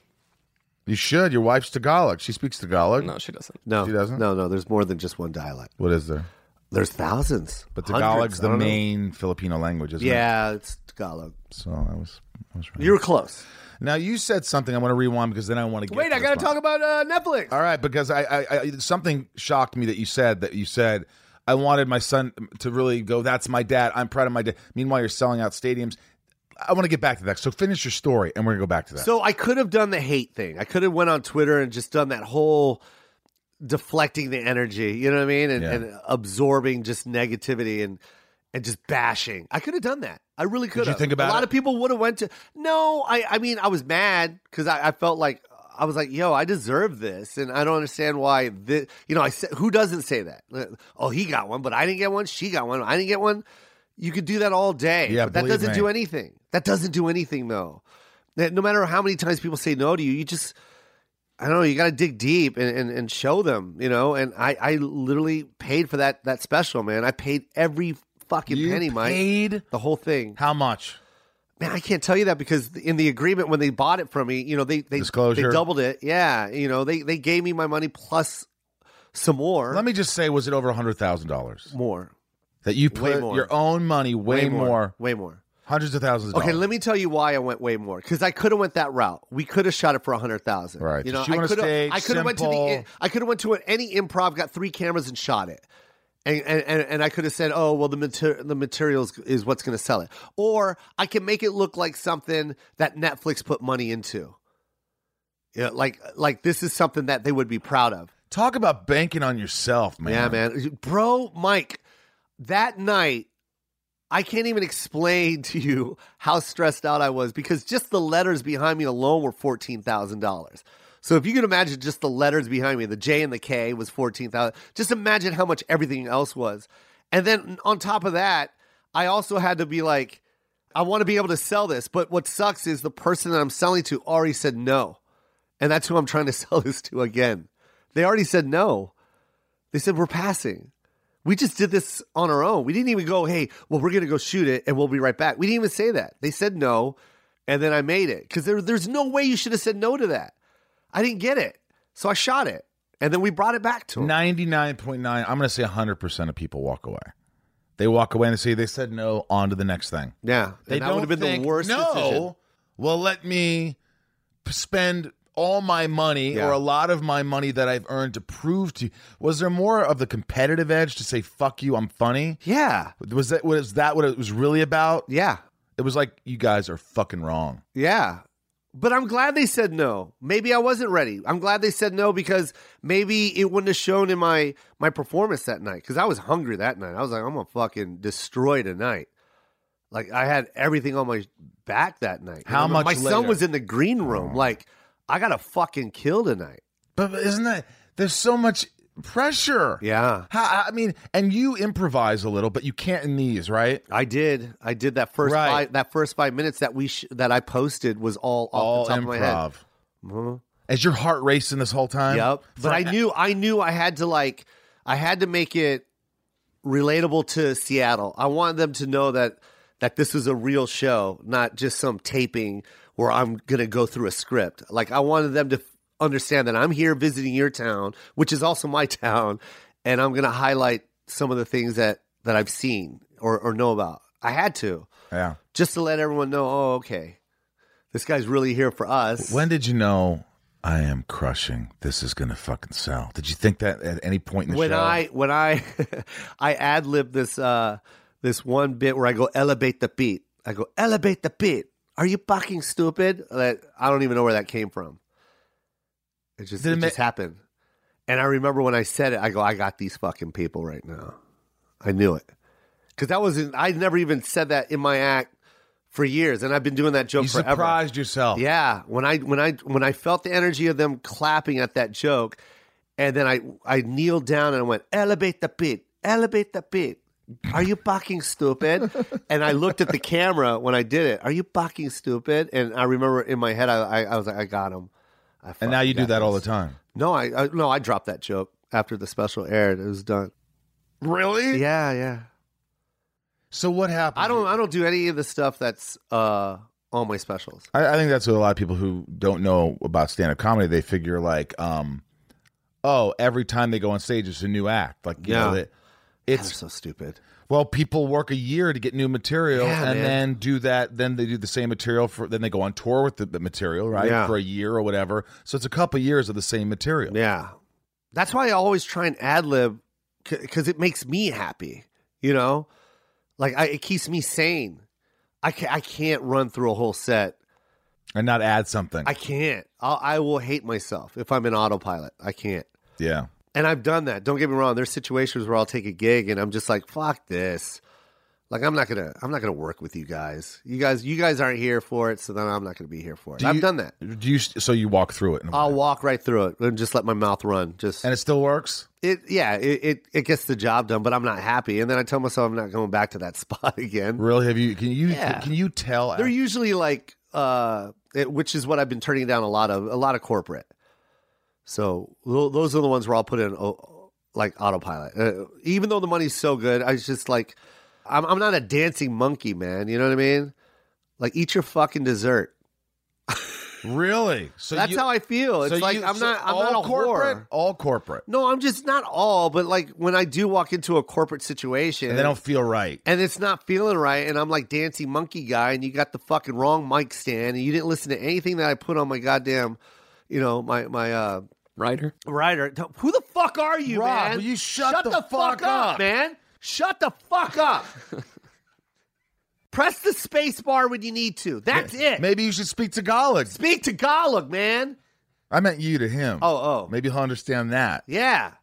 S1: You should. Your wife's Tagalog. She speaks Tagalog.
S2: No, she doesn't.
S3: No,
S1: She doesn't?
S3: No, no. There's more than just one dialect.
S1: What is there?
S3: There's thousands.
S1: But
S3: hundreds,
S1: Tagalog's
S3: I
S1: the
S3: don't know.
S1: main Filipino language, isn't it?
S3: Yeah, it's Tagalog.
S1: So I was, I was right.
S3: You were close.
S1: now you said something. I want to rewind because then I want to get. to this part.
S3: about uh, Netflix.
S1: All right, because I, I, I something shocked me that you said that you said I wanted my son to really go. That's my dad. I'm proud of my dad. Meanwhile, you're selling out stadiums. I want to get back to that. So finish your story, and we're gonna go back to that.
S3: So I could have done the hate thing. I could have went on Twitter and just done that whole deflecting the energy. You know what I mean? And,
S1: Yeah.
S3: and absorbing just negativity and and just bashing. I could have done that. I really could.
S1: you
S3: have.
S1: think about
S3: a
S1: it?
S3: lot of people would have went to. No, I. I mean, I was mad because I, I felt like I was like, yo, I deserve this, and I don't understand why. This, you know, I said, who doesn't say that? Oh, he got one, but I didn't get one. She got one. I didn't get one. You could do that all day.
S1: Yeah,
S3: but that
S1: believe
S3: doesn't
S1: me.
S3: do anything. That doesn't do anything though. That no matter how many times people say no to you, you just I don't know, you gotta dig deep and, and, and show them, you know. And I, I literally paid for that that special, man. I paid every fucking
S1: you
S3: penny, Mike.
S1: paid
S3: The whole thing.
S1: how much?
S3: Man, I can't tell you that because in the agreement when they bought it from me, you know, they they, they
S1: Disclosure.
S3: doubled it. Yeah. You know, they they gave me my money plus some more.
S1: Let me just say, was it over a hundred thousand dollars
S3: more.
S1: that you
S3: Way
S1: put
S3: more.
S1: your own money, way, more,
S3: Way more.
S1: hundreds of thousands? Of
S3: Okay,
S1: dollars.
S3: let me tell you why I went way more because I could have went that route. We could have shot it for a hundred thousand.
S1: Right.
S3: You know,
S1: She
S3: I
S1: wanna
S3: could
S1: stage,
S3: have. I could have went to the.
S1: simple.
S3: I could have went to any improv, got three cameras, and shot it. And, and, and, and I could have said, oh, well, the, mater- the materials is what's going to sell it. Or I can make it look like something that Netflix put money into. Yeah, like like this is something that they would be proud of.
S1: Talk about banking on yourself, man.
S3: Yeah, man. Bro, Mike, that night, I can't even explain to you how stressed out I was because just the letters behind me alone were $14,000. So if you can imagine just the letters behind me, the J and the K was 14,000. Just imagine how much everything else was. And then on top of that, I also had to be like, I want to be able to sell this, but what sucks is the person that I'm selling to already said no. And that's who I'm trying to sell this to again. They already said no. They said, We're passing. We just did this on our own. We didn't even go, Hey, well, we're going to go shoot it and we'll be right back. We didn't even say that. They said no. And then I made it because there, there's no way you should have said no to that. I didn't get it. So I shot it. And then we brought it back to him.
S1: Ninety-nine point nine. I'm gonna say hundred percent of people walk away. They walk away and they say they said no. On to the next thing.
S3: yeah.
S1: They
S3: and that
S1: don't
S3: would have been
S1: think,
S3: the worst
S1: no,
S3: decision.
S1: Well, let me p- spend all my money
S3: Yeah.
S1: or a lot of my money that I've earned to prove to you. Was there more of the competitive edge to say "fuck you, I'm funny"?
S3: Yeah.
S1: Was that was that what it was really about?
S3: Yeah.
S1: It was like you guys are fucking wrong.
S3: Yeah. But I'm glad they said no. Maybe I wasn't ready. I'm glad they said no because maybe it wouldn't have shown in my my performance that night cuz I was hungry that night. I was like I'm going to fucking destroy tonight. Like I had everything on my back that night.
S1: How
S3: Remember,
S1: much
S3: My
S1: later? Oh.
S3: son was in the green room. Like I got to fucking kill tonight.
S1: But but isn't that there's so much pressure?
S3: Yeah,
S1: How, I mean, and you improvise a little, but you can't in these, right?
S3: I did. I did that first
S1: Right.
S3: five, that first five minutes that we sh- that I posted was all off
S1: All
S3: the top
S1: improv.
S3: of my head. Mhm.
S1: Is your heart racing this whole time?
S3: Yep. But I knew I knew I had to like I had to make it relatable to Seattle. I wanted them to know that that this was a real show, not just some taping where I'm going to go through a script. Like I wanted them to f- understand that I'm here visiting your town, which is also my town, and I'm going to highlight some of the things that that I've seen or or know about. I had to
S1: Yeah.
S3: just to let everyone know, oh okay. This guy's really here for us.
S1: When did you know I am crushing? This is gonna fucking sell. Did you think that at any point in the
S3: when
S1: show?
S3: I when I I ad lib this uh this one bit where I go elevate the beat. I go elevate the beat. Are you fucking stupid? Like, I don't even know where that came from. It just
S1: Did it
S3: it
S1: ma-
S3: just happened. And I remember when I said it, I go, I got these fucking people right now. I knew it because that wasn't. I never even said that in my act for years, and I've been doing that joke
S1: you
S3: forever.
S1: surprised yourself.
S3: Yeah, when I when I when I felt the energy of them clapping at that joke, and then I I kneeled down and I went elevate the beat, elevate the beat. Are you fucking stupid? and I looked at the camera when I did it. Are you fucking stupid? And I remember in my head, I I, I was like, I got him. I
S1: And now you do
S3: fucking
S1: that
S3: got
S1: all the
S3: this.
S1: time.
S3: No, I, I no, I dropped that joke after the special aired. It was done.
S1: Really?
S3: Yeah, yeah.
S1: So what happened?
S3: I don't I don't do any of the stuff that's uh on my specials.
S1: I, I think that's what a lot of people who don't know about stand up comedy, they figure like, um, oh, every time they go on stage, it's a new act. Like, you know,
S3: Yeah.
S1: that
S3: God,
S1: it's
S3: they're so stupid.
S1: well, people work a year to get new material,
S3: Yeah,
S1: and
S3: man.
S1: then do that. Then they do the same material for. Then they go on tour with the, the material, right,
S3: Yeah.
S1: for a year or whatever. So it's a couple years of the same material.
S3: Yeah. That's why I always try and ad lib because it makes me happy, you know? Like, I, it keeps me sane. I, ca- I can't run through a whole set.
S1: and not add something.
S3: I can't. I'll, I will hate myself if I'm in autopilot. I can't.
S1: yeah,
S3: And I've done that. Don't get me wrong. There's situations where I'll take a gig and I'm just like, fuck this. Like I'm not gonna, I'm not gonna work with you guys. You guys, you guys aren't here for it, so then I'm not gonna be here for it.
S1: Do
S3: I've
S1: you- Oh
S3: done that.
S1: do you? So you walk through it, in a
S3: I'll
S1: way.
S3: walk right through it and just let my mouth run. Just
S1: and it still works.
S3: it yeah it, it it gets the job done but i'm not happy and then i tell myself i'm not going back to that spot again
S1: Really? Have you? Can you?
S3: Yeah.
S1: Can you tell?
S3: they're usually like uh it, which is what i've been turning down a lot of a lot of corporate so tho- those are the ones where i'll put in oh, like autopilot uh, even though the money's so good i was just like I'm, I'm not a dancing monkey man you know what i mean like eat your fucking dessert
S1: really? So
S3: that's
S1: you-
S3: how i feel it's
S1: so
S3: like
S1: you-
S3: i'm
S1: so
S3: not i'm
S1: all
S3: not a
S1: corporate.
S3: whore
S1: All corporate.
S3: no, I'm just not all, but like when I do walk into a corporate situation,
S1: And they don't feel right.
S3: and it's not feeling right and i'm like dancing monkey guy and you got the fucking wrong mic stand and you didn't listen to anything that i put on my goddamn you know my my uh
S2: Ryder.
S3: rider who the fuck are you
S1: Rob,
S3: man
S1: will you shut the fuck up?
S3: man shut the fuck up press the space bar when you need to that's it
S1: Maybe you should speak Tagalog.
S3: speak to Golog, man
S1: I meant you to him.
S3: oh oh
S1: Maybe he'll understand that.
S3: yeah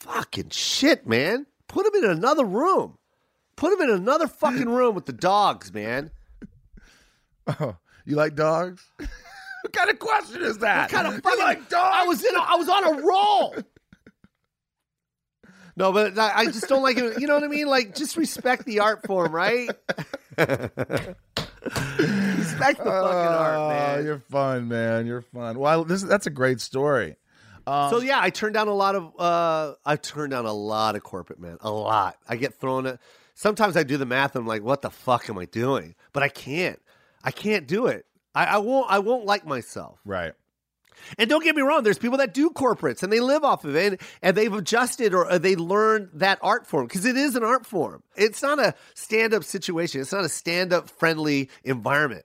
S3: fucking shit man put him in another room put him in another fucking room with the dogs man
S1: You like dogs? Oh. what kind of question is that?
S3: kind of
S1: You
S3: fucking
S1: like
S3: I
S1: dogs?
S3: was in. A, I was on a roll. No, but I, I just don't like it. You know what I mean? Like, just respect the art form, right? respect the fucking art,
S1: Oh,
S3: man.
S1: you're fun, man. You're fun. Well, this that's a great story.
S3: So yeah, I turned down a lot of. Uh, I've turned down a lot of corporate, man. A lot. I get thrown at. Sometimes I do the math. And I'm like, what the fuck am I doing? But I can't. I can't do it. I, I won't. I won't like myself.
S1: Right.
S3: And don't get me wrong, there's people that do corporates and they live off of it and, and they've adjusted or, or they learned that art form because it is an art form. It's not a stand up situation, it's not a stand up friendly environment.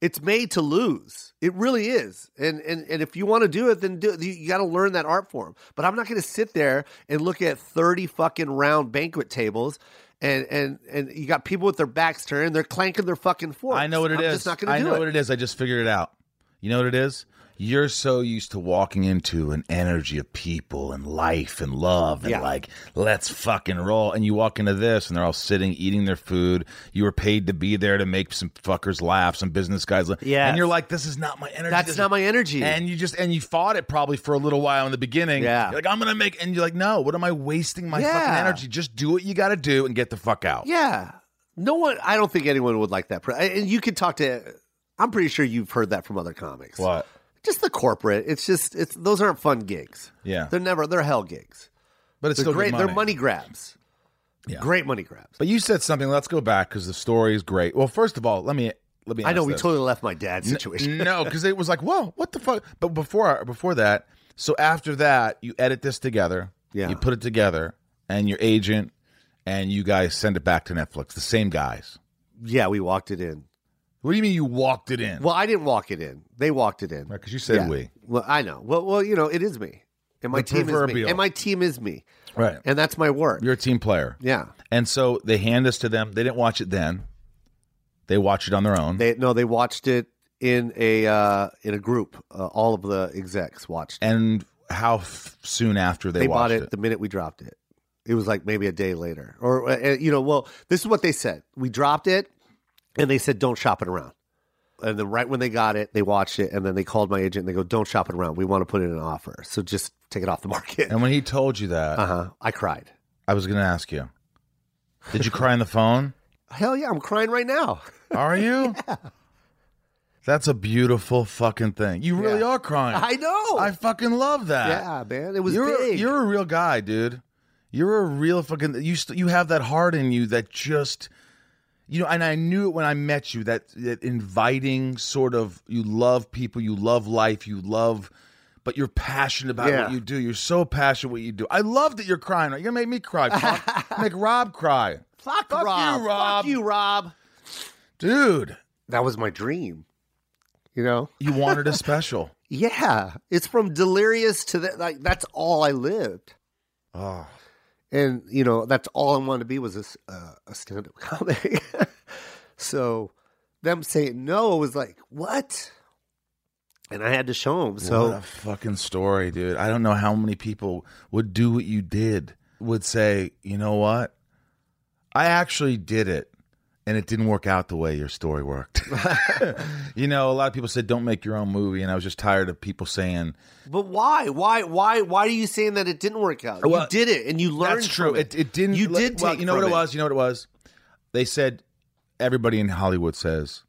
S3: It's made to lose. It really is. And and, and if you want to do it, then do it. You, got to learn that art form. But I'm not going to sit there and look at 30 fucking round banquet tables. And, and and you got people with their backs turned, they're clanking their fucking forks.
S1: I know what it is.
S3: I'm just not going
S1: I
S3: to do
S1: know
S3: it.
S1: what it is. I just figured it out. You know what it is? You're so used to walking into an energy of people and life and love and
S3: Yeah.
S1: like, let's fucking roll. And you walk into this and they're all sitting, eating their food. You were paid to be there to make some fuckers laugh, some business guys laugh.
S3: Yes.
S1: And you're like, this is not my energy.
S3: That's
S1: This
S3: not
S1: is-
S3: my energy.
S1: And you just, and you fought it probably for a little while in the beginning.
S3: Yeah.
S1: You're like, I'm going to make, and you're like, no, what am I wasting my
S3: Yeah.
S1: fucking energy? Just do what you got to do and get the fuck out.
S3: Yeah. No one, I don't think anyone would like that. pro- And you could talk to, I'm pretty sure you've heard that from other comics.
S1: What?
S3: Just the corporate. It's just, it's those aren't fun gigs.
S1: Yeah.
S3: They're never, they're hell gigs.
S1: But it's
S3: They're
S1: still
S3: great,
S1: Good
S3: they're money grabs.
S1: Yeah.
S3: Great money grabs.
S1: But you said something. Let's go back because the story is great. Well, first of all, let me let me.
S3: I know
S1: ask
S3: we
S1: this.
S3: totally left my dad's situation.
S1: no because it was like, whoa, what the fuck? But before before that, so after that, you edit this together.
S3: Yeah.
S1: you put it together, and your agent and you guys send it back to Netflix. The same guys.
S3: yeah, we walked it in.
S1: What do you mean you walked it in?
S3: Well, I didn't walk it in. They walked it in.
S1: because you said
S3: Yeah.
S1: we.
S3: Well, I know. Well, well, you know, it is me, and my
S1: The
S3: team is me,
S1: proverbial.
S3: and my team is me,
S1: Right.
S3: and that's my work.
S1: You're a team player,
S3: yeah.
S1: and so they hand this to them. They didn't watch it then. They watch it on their own.
S3: They no, they watched it in a uh, in a group. Uh, all of the execs watched. it.
S1: and how f- soon after they,
S3: They
S1: watched
S3: bought it, the minute we dropped it. It was like maybe a day later, or uh, you know, well, this is what they said. We dropped it, and they said don't shop it around. And then right when they got it, they watched it, and then they called my agent and they go, "Don't shop it around. We want to put in an offer, so just take it off the market."
S1: and when he told you that,
S3: Uh huh. I cried.
S1: I was going to ask you. Did you cry on the phone?
S3: Hell yeah, I'm crying right now.
S1: Are you? That's a beautiful fucking thing. You really
S3: Yeah.
S1: are crying.
S3: I know.
S1: I fucking love that.
S3: yeah, man. It was
S1: you're
S3: big.
S1: you're a real guy, dude. You're a real fucking you st- you have that heart in you that just you know, and I knew it when I met you that that inviting sort of you love people, you love life, you love but you're passionate about
S3: Yeah.
S1: what you do. You're so passionate what you do. I love that you're crying. You're gonna make me cry. Fuck. make Rob cry.
S3: fuck,
S1: Fuck you,
S3: Rob.
S1: Rob.
S3: Fuck you, Rob.
S1: Dude,
S3: That was my dream. You know?
S1: you wanted a special.
S3: Yeah. It's from delirious to the, like that's all I lived.
S1: Oh.
S3: And you know, that's all I wanted to be was a, s- uh, a stand-up comic. so them saying no was like, "What?" And I had to show them.
S1: what
S3: So
S1: a fucking story, dude. I don't know how many people would do what you did, would say, you know what? I actually did it and it didn't work out the way your story worked. you know, a lot of people said don't make your own movie, and I was just tired of people saying
S3: but why? Why why why are you saying that it didn't work out?
S1: Well,
S3: you did it and you learned
S1: that's true.
S3: from
S1: It. It, didn't
S3: You
S1: like,
S3: did take
S1: well, you know what
S3: from
S1: it was? You know what it was? They said everybody in Hollywood says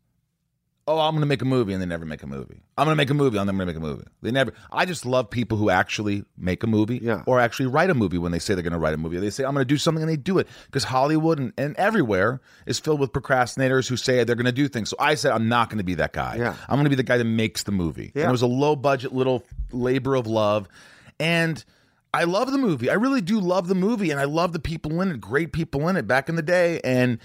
S1: Oh, I'm going to make a movie, and they never make a movie. I'm going to make a movie, and I'm going to make a movie. They never. I just love people who actually make a movie,
S3: Yeah.
S1: or actually write a movie when they say they're going to write a movie. They say I'm going to do something, and they do it because Hollywood and, and everywhere is filled with procrastinators who say they're going to do things. So I said I'm not going to be that guy.
S3: Yeah.
S1: I'm going to be the guy that makes the movie.
S3: Yeah.
S1: And it was a low budget little labor of love, and I love the movie. I really do love the movie, and I love the people in it. Great people in it back in the day, and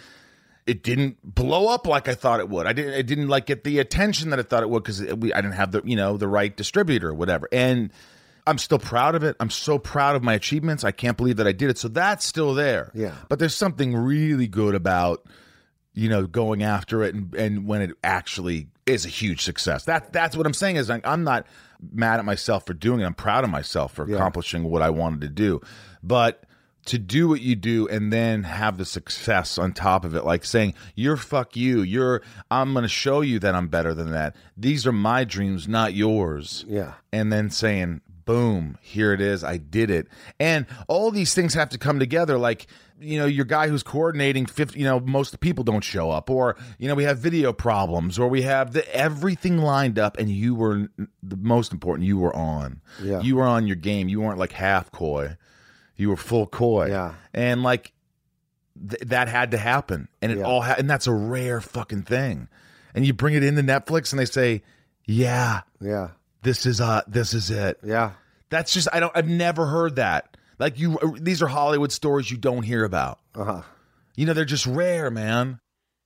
S1: it didn't blow up like I thought it would. I didn't. It didn't like get the attention that I thought it would because we I didn't have the you know the right distributor or whatever. And I'm still proud of it. I'm so proud of my achievements. I can't believe that I did it. So that's still there.
S3: Yeah.
S1: But there's something really good about you know going after it and, and when it actually is a huge success. That that's what I'm saying is like, I'm not mad at myself for doing it. I'm proud of myself for accomplishing what I wanted to do. But to do what you do and then have the success on top of it like saying you're fuck you you're i'm going to show you that i'm better than that these are my dreams not yours
S3: Yeah.
S1: and then saying boom here it is i did it and all these things have to come together like you know your guy who's coordinating 50 you know most people don't show up or you know we have video problems or we have the everything lined up and you were the most important you were on
S3: Yeah.
S1: you were on your game you weren't like half coy you were full coy
S3: Yeah.
S1: and like th- that had to happen and it
S3: Yeah.
S1: all ha- and that's a rare fucking thing and you bring it into netflix and they say yeah
S3: yeah.
S1: this is uh this is it
S3: Yeah.
S1: that's just i don't i've never heard that like you these are hollywood stories you don't hear about
S3: Uh-huh.
S1: you know they're just rare man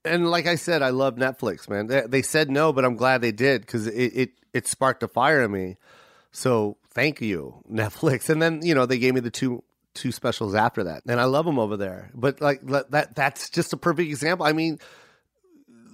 S3: and like I said, I love Netflix, man. They, they said no, but I'm glad they did because it, it it sparked a fire in me. So thank you, Netflix. And then you know they gave me the two two specials after that, and I love them over there. But like le- that that's just a perfect example. I mean,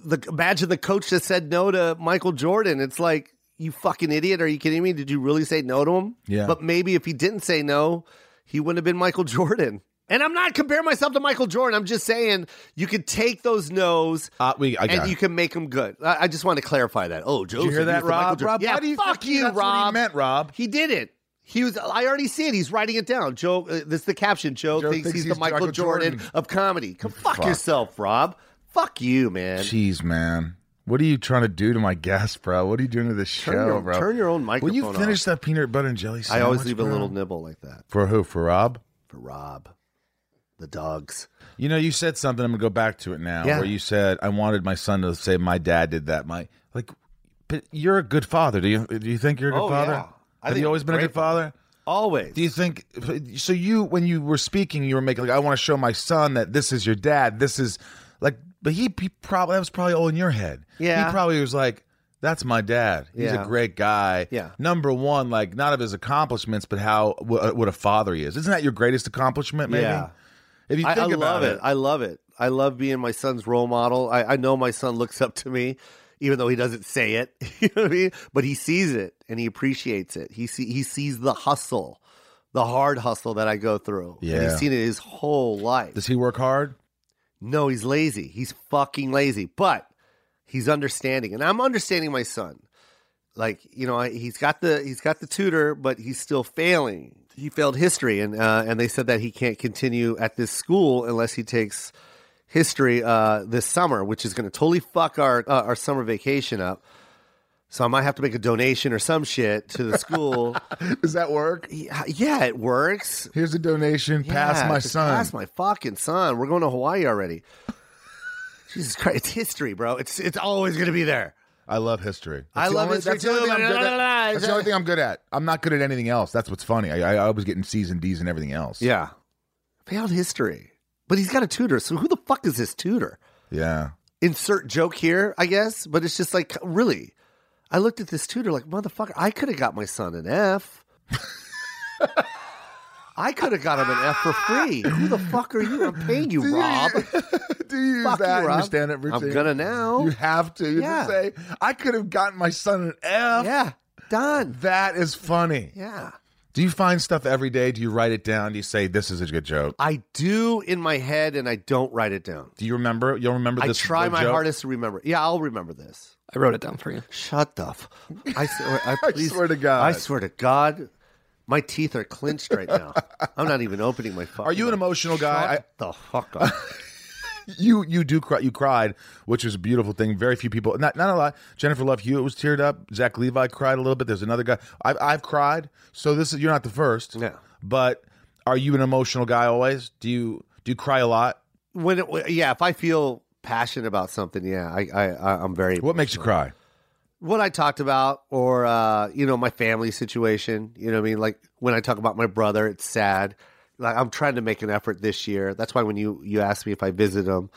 S3: the imagine the coach that said no to Michael Jordan. It's like you fucking idiot. Are you kidding me? Did you really say no to him?
S1: Yeah.
S3: But maybe if he didn't say no, he wouldn't have been Michael Jordan. And I'm not comparing myself to Michael Jordan. I'm just saying you could take those no's
S1: Uh, we, I got
S3: and
S1: it.
S3: you can make them good. I, I just want to clarify that. Oh, Joe,
S1: Did you hear
S3: said
S1: that,
S3: was the Michael
S1: Rob?
S3: Jordan.
S1: Rob,
S3: yeah,
S1: why do you
S3: fuck
S1: think
S3: you,
S1: that's
S3: Rob.
S1: What he meant, Rob.
S3: He did it. He was. I already see it. He's writing it down. Joe, uh, this is the caption. Joe,
S1: Joe
S3: thinks, he's, the Michael, Jordan, of comedy. Come fuck,
S1: Fuck.
S3: yourself, Rob. Fuck you, man.
S1: Jeez, man. What are you trying to do to my guest, bro? What are you doing to this
S3: Turn
S1: show,
S3: your-
S1: bro?
S3: turn your own
S1: Will you
S3: microphone
S1: finish that peanut butter and jelly
S3: I
S1: sandwich?
S3: always leave a
S1: bro?
S3: little nibble like that
S1: For who? For Rob?
S3: for Rob, the dogs.
S1: You know, you said something. I'm gonna go back to it now.
S3: Yeah.
S1: Where you said I wanted my son to say my dad did that. My like, but you're a good father. Do you do you think you're a good
S3: Oh,
S1: father?
S3: yeah. I
S1: Have
S3: think
S1: you always been a
S3: great
S1: good father?
S3: Always.
S1: Do you think so? You when you were speaking, you were making like I want to show my son that this is your dad. This is like, but he, he probably that was probably all in your head.
S3: Yeah.
S1: he probably was like, "That's my dad. He's
S3: Yeah.
S1: a great guy.
S3: Yeah.
S1: number one, like not of his accomplishments, but how wh- what a father he is. Isn't that your greatest accomplishment? Maybe.
S3: Yeah.
S1: If you
S3: I,
S1: think
S3: I
S1: about
S3: love it. I love it. I love being my son's role model. I, I know my son looks up to me, even though he doesn't say it. you know what I mean? But he sees it and he appreciates it. He see, he sees the hustle, the hard hustle that I go through. And
S1: Yeah.
S3: he's seen it his whole life.
S1: Does he work hard?
S3: No, he's lazy. He's fucking lazy, but he's understanding, and I'm understanding my son. Like you know, I- he's got the he's got the tutor, but he's still failing. He failed history, and uh, and they said that he can't continue at this school unless he takes history uh, this summer, which is going to totally fuck our uh, our summer vacation up. So I might have to make a donation or some shit to the school.
S1: Does that work?
S3: yeah, yeah, it works.
S1: Here's a donation. pass
S3: Yeah,
S1: my
S3: just
S1: son.
S3: Pass my fucking son. We're going to Hawaii already. Jesus Christ, it's history, bro. It's it's always gonna be there.
S1: I love history.
S3: I
S1: That's the
S3: love
S1: only-
S3: history
S1: that's the only
S3: too,
S1: thing I'm
S3: but-
S1: good at. That's the only thing I'm good at. I'm not good at anything else. That's what's funny. I, I, I was getting C's and D's and everything else.
S3: Yeah, failed history, but he's got a tutor. So who the fuck is this tutor?
S1: Yeah.
S3: Insert joke here, I guess. But it's just like really, I looked at this tutor like motherfucker. I could have got my son an F. I could have got him an F for free. Who the fuck are you? I'm paying you, Rob.
S1: Do you use
S3: Fuck
S1: that
S3: you,
S1: in your
S3: Rob.
S1: stand-up routine?
S3: I'm gonna now.
S1: You have to. You
S3: Yeah.
S1: just say, I could have gotten my son an F.
S3: Yeah, done.
S1: That is funny.
S3: Yeah.
S1: Do you find stuff every day? Do you write it down? Do you say, this is a good joke?
S3: I do in my head and I don't write it down.
S1: Do you remember? You'll remember
S3: I
S1: this
S3: try
S1: good
S3: my
S1: joke?
S3: hardest to remember. Yeah, I'll remember this.
S2: I wrote it down for you.
S3: Shut the f- I swear, I,
S1: I
S3: please-
S1: swear to God.
S3: I swear to God. My teeth are clenched right now. I'm not even opening my fucking
S1: Are you an emotional guy? I-
S3: Shut the fuck up.
S1: you you do cry you cried which was a beautiful thing very few people not not a lot jennifer love hewitt was teared up zach levi cried a little bit there's another guy i've, I've cried so this is you're not the first
S3: Yeah.
S1: but are you an emotional guy always do you do you cry a lot
S3: when it, when- yeah, if I feel passionate about something, yeah, I I I- I'm very
S1: what makes you cry
S3: what I talked about or uh, you know, my family situation, you know what I mean? Like when I talk about my brother, it's sad. Like I'm trying to make an effort this year. That's why when you you asked me if I visit him,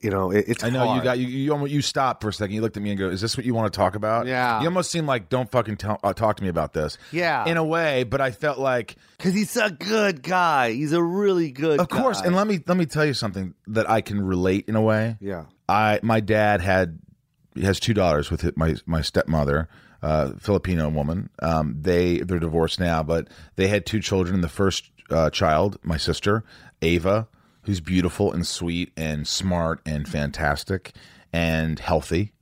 S3: you know, it, it's
S1: i know you
S3: hard.
S1: got you you almost you stopped for a second you looked at me and go is this what you want to talk about
S3: Yeah.
S1: you almost seemed like don't fucking tell, uh, talk to me about this
S3: Yeah.
S1: in a way but i felt like
S3: Cuz he's a good guy. He's a really good
S1: of course
S3: guy.
S1: and let me let me tell you something that i can relate in a way
S3: yeah.
S1: I my dad had has two daughters with my my stepmother, uh, Filipino woman. Um, they they're divorced now, but they had two children. The first uh, child, my sister Ava, who's beautiful and sweet and smart and fantastic and healthy.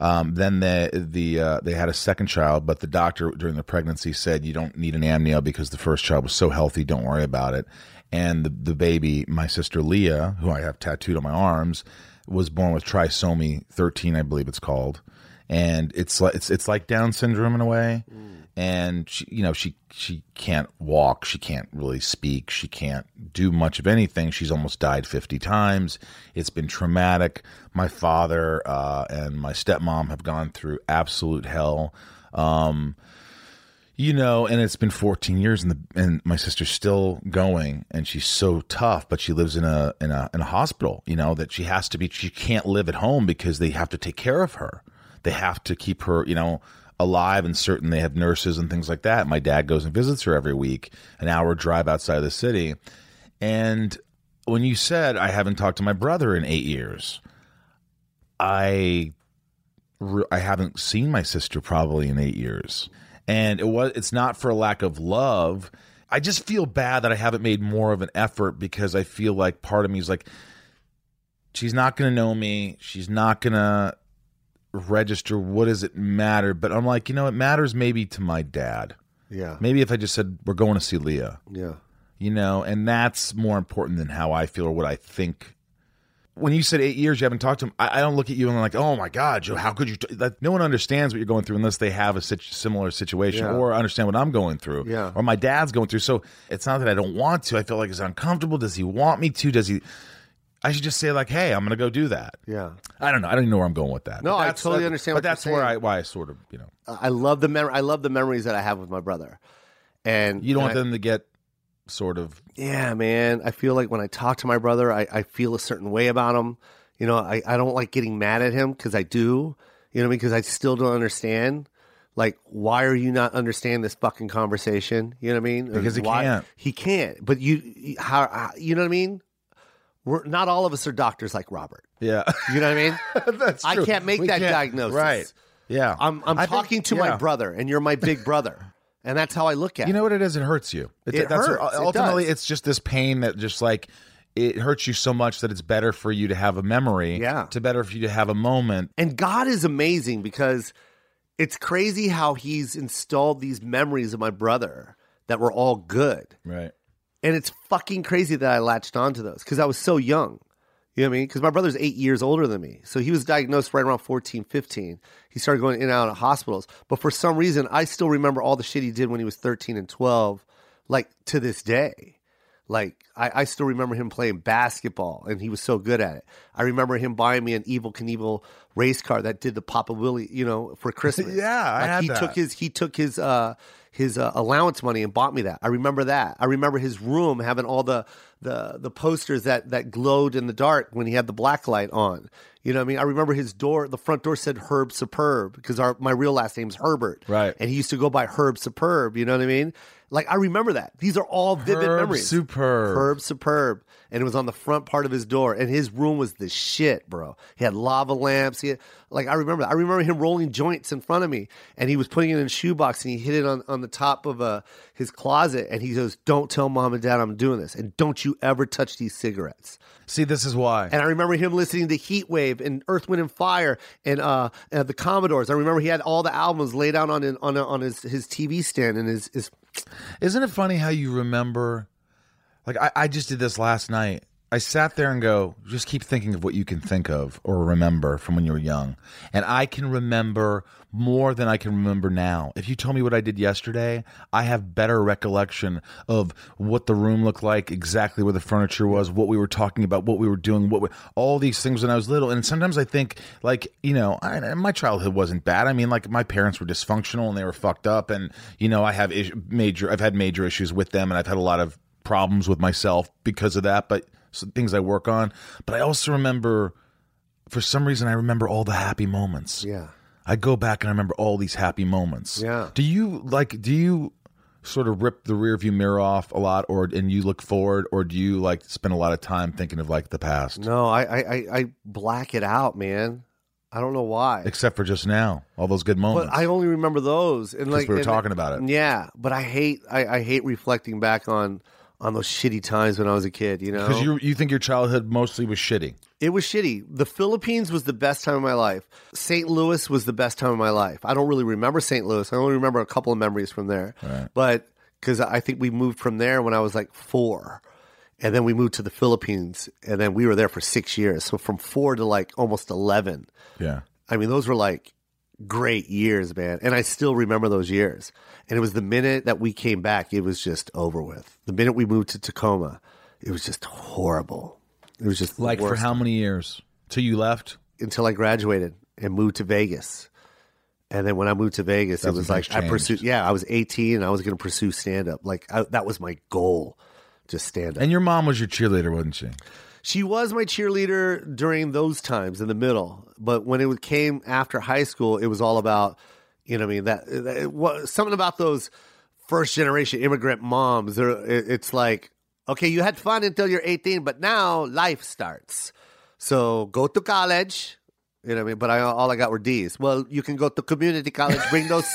S1: Um, then the the uh, they had a second child, but the doctor during the pregnancy said you don't need an amnio because the first child was so healthy. Don't worry about it. And the the baby, my sister Leah, who I have tattooed on my arms, was born with trisomy thirteen, I believe it's called, and it's like it's it's like Down syndrome in a way. And she, you know, she she can't walk, she can't really speak, she can't do much of anything. She's almost died fifty times. It's been traumatic. My father uh, and my stepmom have gone through absolute hell. Um, you know, and it's been 14 years, and the and my sister's still going, and she's so tough, but she lives in a in a in a hospital. You know that she has to be, she can't live at home because they have to take care of her. They have to keep her, you know, alive and certain. They have nurses and things like that. My dad goes and visits her every week, an hour drive outside of the city. And when you said I haven't talked to my brother in eight years, I re- I haven't seen my sister probably in eight years, and it was it's not for a lack of love. I just feel bad that I haven't made more of an effort because I feel like part of me is like, she's not gonna know me. She's not gonna register. What does it matter? But I'm like, you know, it matters maybe to my dad.
S3: Yeah.
S1: Maybe if I just said we're going to see Leah,
S3: Yeah.
S1: you know, and that's more important than how I feel or what I think. When you said eight years, you haven't talked to him. I, I don't look at you and I'm like, oh my god, Joe, how could you? T-? That, no one understands what you're going through unless they have a sit- similar situation
S3: Yeah.
S1: or understand what I'm going through,
S3: Yeah.
S1: or my dad's going through. So it's not that I don't want to. I feel like it's uncomfortable. Does he want me to? Does he? I should just say like, hey, I'm going to go do that.
S3: Yeah.
S1: I don't know. I don't even know where I'm going with that.
S3: No,
S1: But
S3: I
S1: that's-
S3: totally
S1: that-
S3: understand
S1: But
S3: what you're
S1: that's where
S3: saying.
S1: I why I sort of you know
S3: I I love the mem- I love the memories that I have with my brother. And
S1: you don't want
S3: and I-
S1: them to get sort of
S3: Yeah, man. I feel like when I talk to my brother, I, I feel a certain way about him. You know, I, I don't like getting mad at him because I do, you know, because I still don't understand. Like, why are you not understanding this fucking conversation? You know what I mean?
S1: Because he
S3: Why-
S1: can't.
S3: He can't. But you, you- how, how, you know what I mean? We're not all of us are doctors like Robert.
S1: yeah.
S3: You know what I mean?
S1: That's
S3: I
S1: true.
S3: can't make
S1: We
S3: that
S1: can't-
S3: diagnosis.
S1: Right. Yeah.
S3: I'm, I'm
S1: I think-
S3: talking to
S1: yeah.
S3: my brother, and you're my big brother, and that's how I look at
S1: You know what it is? It hurts you.
S3: It
S1: what-
S3: hurts. It
S1: ultimately,
S3: does.
S1: it's just this pain that just like it hurts you so much that it's better for you to have a memory.
S3: Yeah.
S1: To better for you to have a moment.
S3: And God is amazing because it's crazy how he's installed these memories of my brother that were all good.
S1: Right.
S3: And it's fucking crazy that I latched onto those because I was so young. You know what I mean? Because my brother's eight years older than me. So he was diagnosed right around 14, 15. He started going in and out of hospitals. But for some reason, I still remember all the shit he did when he was 13 and 12, like to this day. Like I, I still remember him playing basketball, and he was so good at it. I remember him buying me an Evil Knievel race car that did the Papa Willie, you know, for Christmas.
S1: Yeah, I
S3: Like,
S1: had
S3: he
S1: that.
S3: took his he took his uh his uh, allowance money and bought me that. I remember that. I remember his room having all the the the posters that that glowed in the dark when he had the black light on. You know what I mean? I remember his door, the front door said Herb Superb because our my real last name's Herbert.
S1: Right.
S3: And he used to go by Herb Superb, you know what I mean? Like I remember that. These are all vivid
S1: Herb
S3: memories.
S1: Superb.
S3: Herb Superb. And it was on the front part of his door. And his room was the shit, bro. He had lava lamps. He had, like, I remember that. I remember him rolling joints in front of me. And he was putting it in a shoebox and he hit it on, on the top of uh, his closet. And he goes, Don't tell mom and dad I'm doing this. And don't you ever touch these cigarettes.
S1: See, this is why.
S3: And I remember him listening to Heat Wave and Earth, Wind, and Fire and uh, uh, the Commodores. I remember he had all the albums laid out on on, on his, his TV stand and his, his
S1: Isn't it funny how you remember? Like I, I just did this last night. I sat there and go, just keep thinking of what you can think of or remember from when you were young. And I can remember more than I can remember now. If you told me what I did yesterday, I have better recollection of what the room looked like, exactly where the furniture was, what we were talking about, what we were doing, what we, all these things when I was little. And sometimes I think, like, you know, I, and my childhood wasn't bad. I mean, like, my parents were dysfunctional and they were fucked up. And, you know, I have is- major, I've had major issues with them and I've had a lot of problems with myself because of that, but some things I work on. But I also remember, for some reason, I remember all the happy moments.
S3: yeah.
S1: I go back and I remember all these happy moments.
S3: Yeah.
S1: Do you like? Do you sort of rip the rearview mirror off a lot, or and you look forward, or do you like spend a lot of time thinking of like the past?
S3: No, I, I, I, I black it out, man. I don't know why.
S1: Except for just now, all those good
S3: But
S1: moments.
S3: I only remember those. And like
S1: we were
S3: and-
S1: talking about it.
S3: Yeah, but I hate I, I hate reflecting back on on those shitty times when I was a kid. You know,
S1: because you you think your childhood mostly was shitty.
S3: it was shitty. The Philippines was the best time of my life. St. Louis was the best time of my life. I don't really remember St. Louis. I only remember a couple of memories from there. But because I think we moved from there when I was like four. And then we moved to the Philippines. And then we were there for six years. So from four to like almost 11.
S1: Yeah.
S3: I mean, those were like great years, man. And I still remember those years. And it was the minute that we came back, it was just over with. The minute we moved to Tacoma, it was just horrible. It was just the
S1: Like for
S3: worst.
S1: how many years till you left?
S3: until I graduated and moved to Vegas. And then when I moved to Vegas,
S1: That's
S3: it was
S1: when things
S3: like I pursued.
S1: changed.
S3: Yeah, I was 18 and I was going to pursue stand up. Like I, that was my goal, just stand up.
S1: And your mom was your cheerleader, wasn't she?
S3: She was my cheerleader during those times in the middle, but when it came after high school, it was all about, you know, what I mean that, that it was, something about those first generation immigrant moms. They're, it, it's like, okay, you had fun until you're 18, but now life starts. So go to college, You know what I mean? But I, all I got were D's. Well, you can go to community college, bring those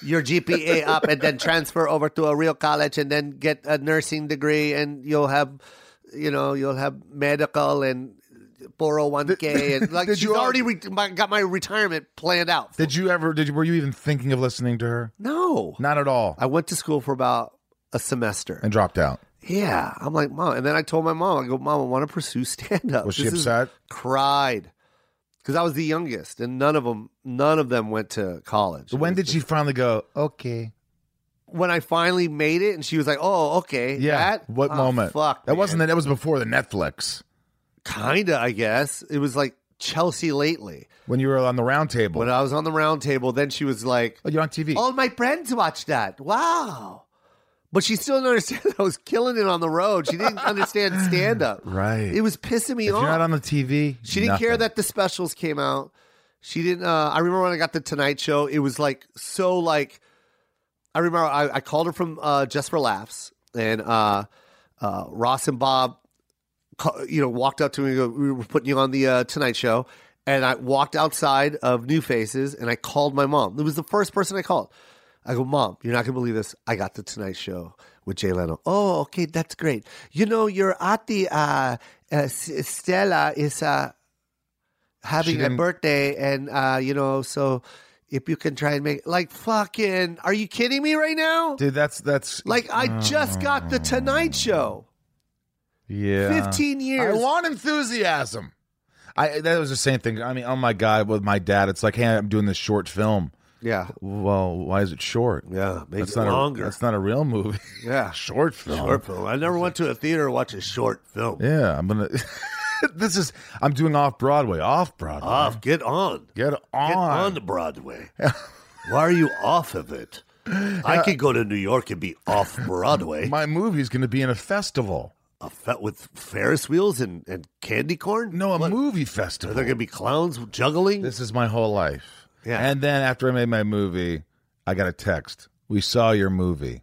S3: your GPA up, and then transfer over to a real college, and then get a nursing degree, and you'll have, you know, you'll have medical and 401k, and like
S1: Did
S3: she's
S1: you al-
S3: already re- my, got my retirement planned out.
S1: Did you ever? Did you? Were you even thinking of listening to her?
S3: no,
S1: Not at all.
S3: I went to school for about a semester.
S1: And dropped out.
S3: yeah, I'm like mom, and then I told my mom, I go, mom, I want to pursue stand up.
S1: Was she upset?
S3: cried because I was the youngest, and none of them, none of them went to college.
S1: So when did she finally go? Okay.
S3: When I finally made it, and she was like, "Oh, okay,
S1: Yeah.
S3: that?
S1: what
S3: Oh,
S1: moment?
S3: Fuck,
S1: That wasn't. That, that was before the Netflix
S3: kinda. I guess it was like Chelsea lately
S1: when you were on the round table.
S3: when I was on the round table. Then she was like,
S1: oh, you're on TV.
S3: "All my friends watch that. Wow." But she still didn't understand I was killing it on the road. She didn't understand stand up.
S1: Right.
S3: It was pissing me
S1: if you're
S3: off.
S1: not on the TV,
S3: She didn't care that the specials came out. She didn't. Uh, I remember when I got the Tonight Show. It was like so like. I remember I, I called her from uh, Just for Laughs, and uh, uh, Ross and Bob, ca- you know, walked up to me. and go, We were putting you on the uh, Tonight Show, and I walked outside of New Faces, and I called my mom. It was the first person I called. I go, Mom, you're not gonna believe this. I got the Tonight Show with Jay Leno. Oh, okay, that's great. You know, you're at the uh, uh, S- Stella is uh,
S1: She
S3: having a
S1: didn't-
S3: birthday, and uh, you know, so if you can try and make like fucking, are you kidding me right now?
S1: Dude, that's that's oh,
S3: Like I just got the Tonight Show.
S1: yeah.
S3: 15 years.
S1: I want enthusiasm. I that was the same thing. I mean, oh my god, with my dad, it's like, hey, I'm doing this short film.
S3: yeah,
S1: Well, why is it short?
S3: yeah, make
S1: That's not a that's not a real movie.
S3: yeah,
S1: short film.
S3: film. I never went to a theater to watch a short film.
S1: Yeah, I'm gonna. this is I'm doing off Broadway. Off Broadway.
S3: Off, get on.
S1: Get on.
S3: the Broadway. Why are you off of it? I could go to New York and be off Broadway
S1: My movie's going to be in a festival.
S3: a fe- with Ferris wheels and, and candy corn.
S1: No, a
S3: What?
S1: movie
S3: Are
S1: festival.
S3: there going to be clowns juggling?
S1: This is my whole life.
S3: Yeah.
S1: And then after I made my movie, I got a text. We saw your movie.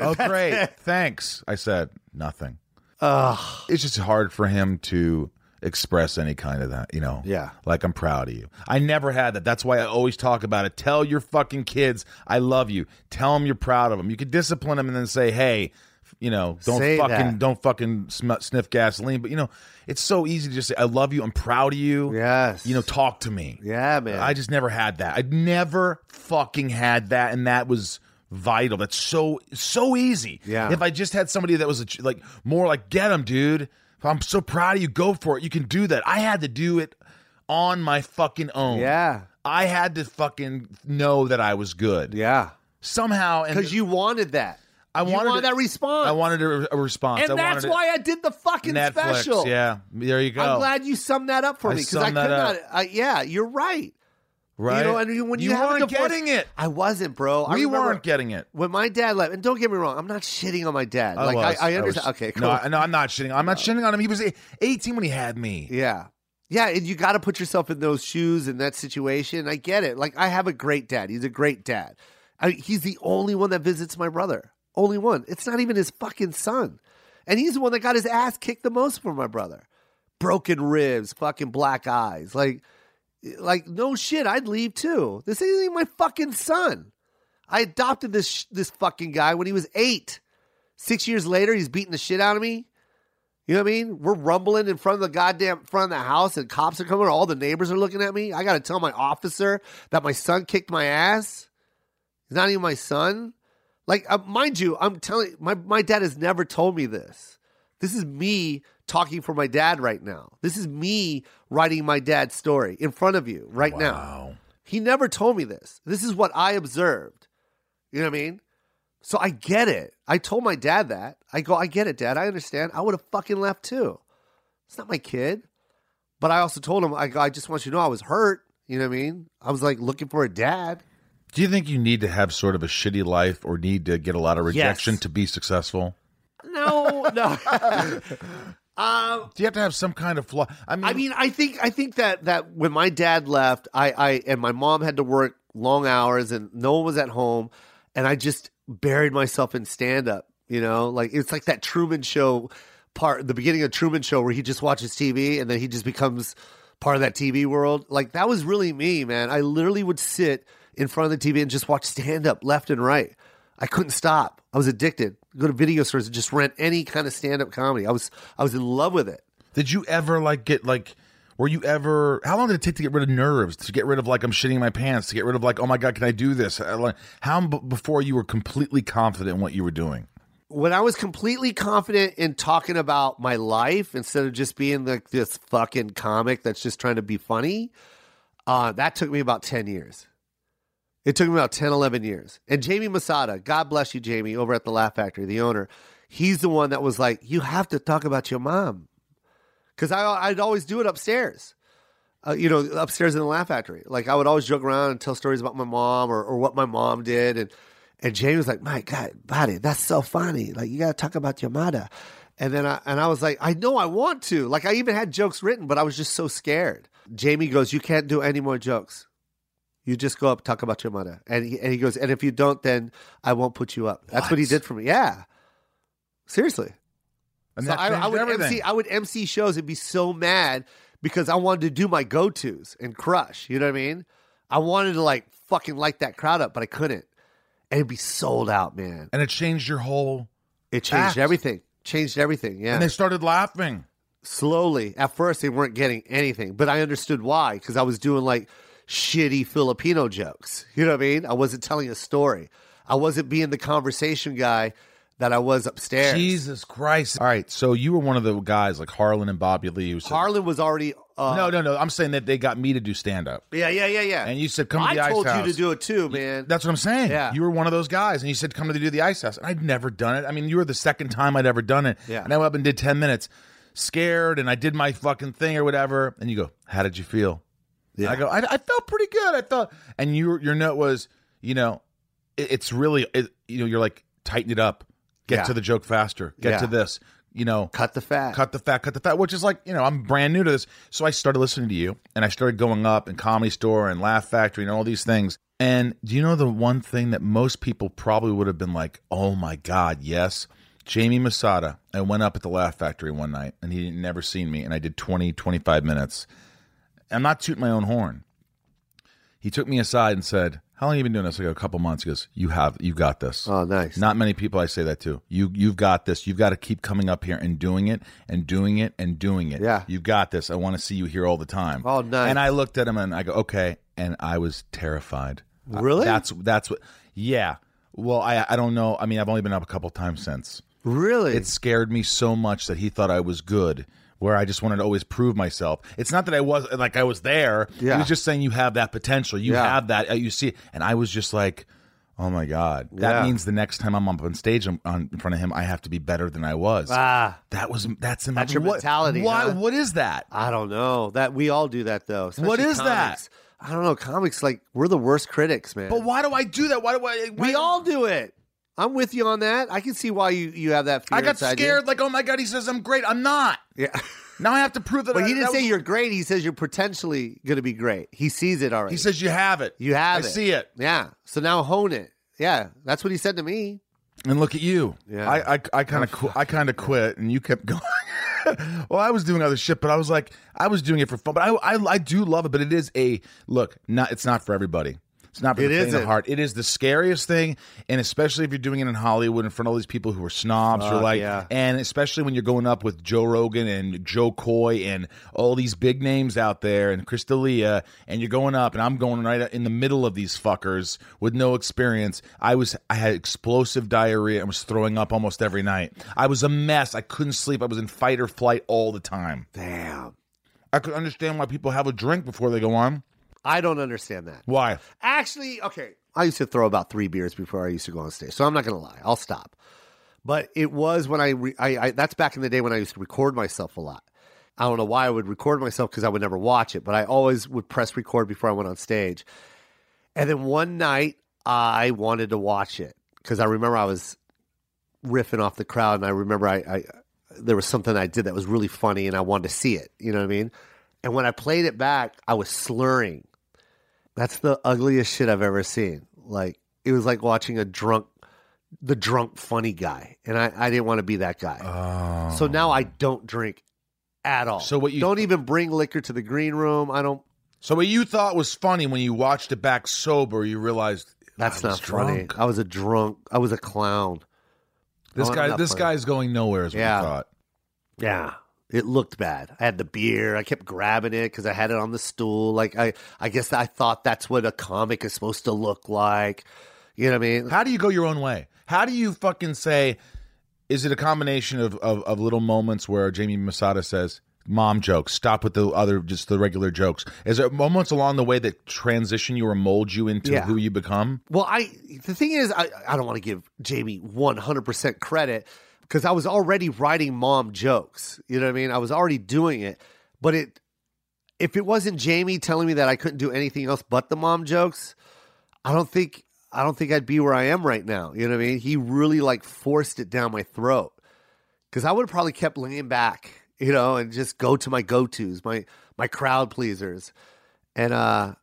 S1: oh, great. Thanks. I said nothing.
S3: Ugh.
S1: It's just hard for him to express any kind of that, you know.
S3: Yeah.
S1: Like I'm proud of you. I never had that. That's why I always talk about it. Tell your fucking kids I love you. Tell them you're proud of them. You could discipline them and then say, "Hey, f- you know, don't
S3: Say
S1: fucking
S3: that.
S1: don't fucking sm- sniff gasoline." But you know, it's so easy to just say, "I love you. I'm proud of you."
S3: Yes.
S1: You know, talk to me.
S3: Yeah, man.
S1: I just never had that. I never fucking had that, and that was vital. That's so so easy.
S3: Yeah.
S1: If I just had somebody that was a, ch- like more like get him, dude. I'm so proud of you. Go for it. You can do that. I had to do it on my fucking own.
S3: yeah.
S1: I had to fucking know that I was good
S3: Yeah.
S1: somehow, and
S3: Because you wanted that.
S1: I
S3: you
S1: wanted
S3: wanted
S1: to-
S3: that response.
S1: I wanted a, re- a response.
S3: and
S1: I wanted
S3: that's
S1: it-
S3: why I did the fucking
S1: Netflix.
S3: special.
S1: Yeah, there you go.
S3: I'm glad you summed that up for
S1: I
S3: me because I could
S1: summed that
S3: not.
S1: up.
S3: I, yeah, you're right.
S1: right?
S3: You know, and you- when you, have a
S1: weren't
S3: divorce-
S1: getting it.
S3: I wasn't, bro. I
S1: we
S3: remember
S1: weren't getting it.
S3: when my dad left. And don't get me wrong, I'm not shitting on my dad.
S1: I
S3: like
S1: was.
S3: I, I
S1: was.
S3: understand. okay, cool. Uh,
S1: No, I- no, I'm not shitting. I'm not shitting on him. He was 18 when he had me.
S3: yeah, yeah, and you got to put yourself in those shoes in that situation. I get it. Like I have a great dad. He's a great dad. I, he's the only one that visits my brother. Only one. It's not even his fucking son, and he's the one that got his ass kicked the most for my brother. Broken ribs, fucking black eyes, like. like no shit i'd leave too this isn't even my fucking son i adopted this sh- this fucking guy when he was eight six years later he's beating the shit out of me you know what i mean we're rumbling in front of the goddamn front of the house and cops are coming all the neighbors are looking at me i gotta tell my officer that my son kicked my ass he's not even my son like uh, mind you i'm telling my, my dad has never told me this this is me talking for my dad right now. This is me writing my dad's story in front of you right now.
S1: Wow.
S3: He never told me this. This is what I observed. You know what I mean? So I get it. I told my dad that. I go, I get it, dad. I understand. I would have fucking left too. It's not my kid. But I also told him, I go, I just want you to know I was hurt. You know what I mean? I was like looking for a dad.
S1: Do you think you need to have sort of a shitty life or need to get a lot of rejection
S3: Yes.
S1: to be successful?
S3: No, no. um,
S1: Do you have to have some kind of flaw? I mean,
S3: I mean, I think I think that that when my dad left, I I and my mom had to work long hours and no one was at home, and I just buried myself in stand up. You know, like it's like that Truman Show part, the beginning of Truman Show, where he just watches TV and then he just becomes part of that TV world. Like that was really me, man. I literally would sit in front of the TV and just watch stand up left and right. I couldn't stop. I was addicted. Go to video stores and just rent any kind of stand up comedy. I was I was in love with it.
S1: Did you ever like get like? Were you ever? How long did it take to get rid of nerves? To get rid of like I'm shitting my pants? To get rid of like oh my god, can I do this? Uh, like, How b- before you were completely confident in what you were doing?
S3: when I was completely confident in talking about my life instead of just being like this fucking comic that's just trying to be funny, uh, that took me about 10 years. It took me about 10, 11 years. And Jamie Masada, God bless you, Jamie, over at the Laugh Factory, the owner, he's the one that was like, you have to talk about your mom. Because I'd always do it upstairs uh, you know, upstairs in the Laugh Factory. Like I would always joke around and tell stories about my mom or, or what my mom did, and and Jamie was like, "My God, buddy, that's so funny! Like you got to talk about your mother." And then I and I was like, "I know I want to." Like I even had jokes written, but I was just so scared. Jamie goes, "You can't do any more jokes. You just go up talk about your mother." And he, and he goes, "And if you don't, then I won't put you up." That's what, he did for me. Yeah, seriously.
S1: And
S3: So
S1: that
S3: I, I
S1: changed
S3: would
S1: everything.
S3: MC. I would MC shows and be so mad because I wanted to do my go tos and crush. You know what I mean? I wanted to like fucking light that crowd up, but I couldn't. And it'd be sold out, man.
S1: and it changed your whole.
S3: It changed
S1: Act.
S3: everything. Changed everything. Yeah.
S1: And they started laughing.
S3: Slowly. At first, they weren't getting anything, but I understood why because I was doing like shitty Filipino jokes. You know what I mean? I wasn't telling a story. I wasn't being the conversation guy that I was upstairs.
S1: Jesus Christ! All right, so you were one of the guys like Harlan and Bobby Lee. Who said,
S3: Harlan was already. Uh,
S1: no, no, no. I'm saying that they got me to do stand up,
S3: Yeah, yeah, yeah, yeah.
S1: and you said come to the
S3: I
S1: ice
S3: told
S1: house.
S3: you to do it too, man.
S1: That's what I'm saying.
S3: Yeah.
S1: You were one of those guys, and you said, "Come to do the ice house," and I'd never done it. I mean, you were the second time I'd ever done it.
S3: Yeah.
S1: And I went up and did ten minutes, scared, and I did my fucking thing or whatever. And you go, "How did you feel?"
S3: Yeah.
S1: I go, I, "I felt pretty good." I thought, and your your note was, you know, it, it's really, it, you know, you're like tighten it up, get
S3: Yeah.
S1: to the joke faster, get
S3: Yeah.
S1: to this, you know,
S3: cut the fat.
S1: cut the fat, cut the fat, which is like, you know, I'm brand new to this. So I started listening to you and I started going up in Comedy Store and Laugh Factory and all these things. And do you know the one thing that most people probably would have been like, oh my God, yes? Jamie Masada. I went up at the Laugh Factory one night and he would never seen me. And I did 20, 25 minutes. I'm not tooting my own horn. He took me aside and said, how long have you been doing this? I go, a couple months. He goes, you have, you got this.
S3: Oh, nice.
S1: Not many people I say that to. You you've got this. You've got to keep coming up here and doing it and doing it and doing it.
S3: Yeah.
S1: You've got this. I want to see you here all the time.
S3: Oh, nice.
S1: And I looked at him and I go, "Okay." And I was terrified. Uh,
S3: Really?
S1: that's that's what Yeah. Well, I I don't know. I mean, I've only been up a couple times since.
S3: really?
S1: It scared me so much that he thought I was good. Where I just wanted to always prove myself. It's not that I was like I was there.
S3: Yeah.
S1: He was just saying you have that potential. You
S3: Yeah.
S1: have that. uh, You see, it." and I was just like, oh my god. That
S3: Yeah.
S1: means the next time I'm up on stage on, on in front of him, I have to be better than I was.
S3: ah,
S1: that was that's in my
S3: That's your
S1: what-
S3: mentality,
S1: Why?
S3: huh?
S1: What is that?
S3: I don't know. That we all do that though. especially
S1: What is that?
S3: comics. I don't know. Comics like we're the worst critics, man.
S1: But why do I do that? Why do I? Why
S3: we all do it. I'm with you on that. I can see why you you have that fear.
S1: I got
S3: inside you.
S1: scared. Like, oh my god, he says I'm great. I'm not.
S3: Yeah.
S1: Now I have to prove that.
S3: But
S1: I,
S3: he didn't
S1: that
S3: say
S1: was-
S3: you're great. He says you're potentially going to be great. He sees it already.
S1: He says you have it.
S3: you have
S1: I
S3: it.
S1: see it.
S3: Yeah. So now hone it. Yeah. That's what he said to me.
S1: And look at you.
S3: Yeah.
S1: I I- I kind of qu- I kind of quit, and you kept going. well, I was doing other shit, but I was like, I was doing it for fun. But I I, I do love it. But it is a look. Not it's not for everybody. It's not for
S3: It
S1: the faint of
S3: isn't.
S1: heart. It is the scariest thing, and especially if you're doing it in Hollywood in front of all these people who are snobs. you're
S3: Fuck,
S1: like,
S3: yeah.
S1: and especially when you're going up with Joe Rogan and Joe Coy and all these big names out there and Chris D'Elia, and you're going up, and I'm going right in the middle of these fuckers with no experience. I was, I had explosive diarrhea and was throwing up almost every night. I was a mess. I couldn't sleep. I was in fight or flight all the time.
S3: Damn.
S1: I could understand why people have a drink before they go on.
S3: I don't understand that.
S1: Why?
S3: Actually, okay. I used to throw about three beers before I used to go on stage, so I'm not going to lie. I'll stop. But it was when I, re- I, I that's back in the day when I used to record myself a lot. I don't know why I would record myself because I would never watch it, but I always would press record before I went on stage. And then one night I wanted to watch it because I remember I was riffing off the crowd, and I remember I, I there was something I did that was really funny, and I wanted to see it. You know what I mean? And when I played it back, I was slurring. That's the ugliest shit I've ever seen. Like it was like watching a drunk, the drunk funny guy, and I I didn't want to be that guy.
S1: Oh.
S3: So now I don't drink at all.
S1: So what you-
S3: don't even bring liquor to the green room. I don't.
S1: So what you thought was funny when you watched it back sober, you realized
S3: That's
S1: I was
S3: not funny.
S1: drunk.
S3: I was a drunk. I was a clown.
S1: This
S3: Oh, I'm
S1: guy,
S3: not
S1: this
S3: funny.
S1: guy's going nowhere. Is what
S3: Yeah.
S1: you thought.
S3: Yeah. It looked bad. I had the beer. I kept grabbing it because I had it on the stool. Like I, I guess I thought that's what a comic is supposed to look like. You know what I mean?
S1: How do you go your own way? How do you fucking say? Is it a combination of of, of little moments where Jamie Masada says mom jokes, stop with the other just the regular jokes? Is there moments along the way that transition you or mold you into
S3: Yeah.
S1: who you become?
S3: Well, I the thing is, I I don't want to give Jamie one hundred percent credit because I was already writing mom jokes. You know what I mean? I was already doing it, but it if it wasn't Jamie telling me that I couldn't do anything else but the mom jokes, I don't think I don't think I'd be where I am right now. You know what I mean? He really like forced it down my throat because I would have probably kept leaning back, you know, and just go to my go tos, my my crowd pleasers, and uh,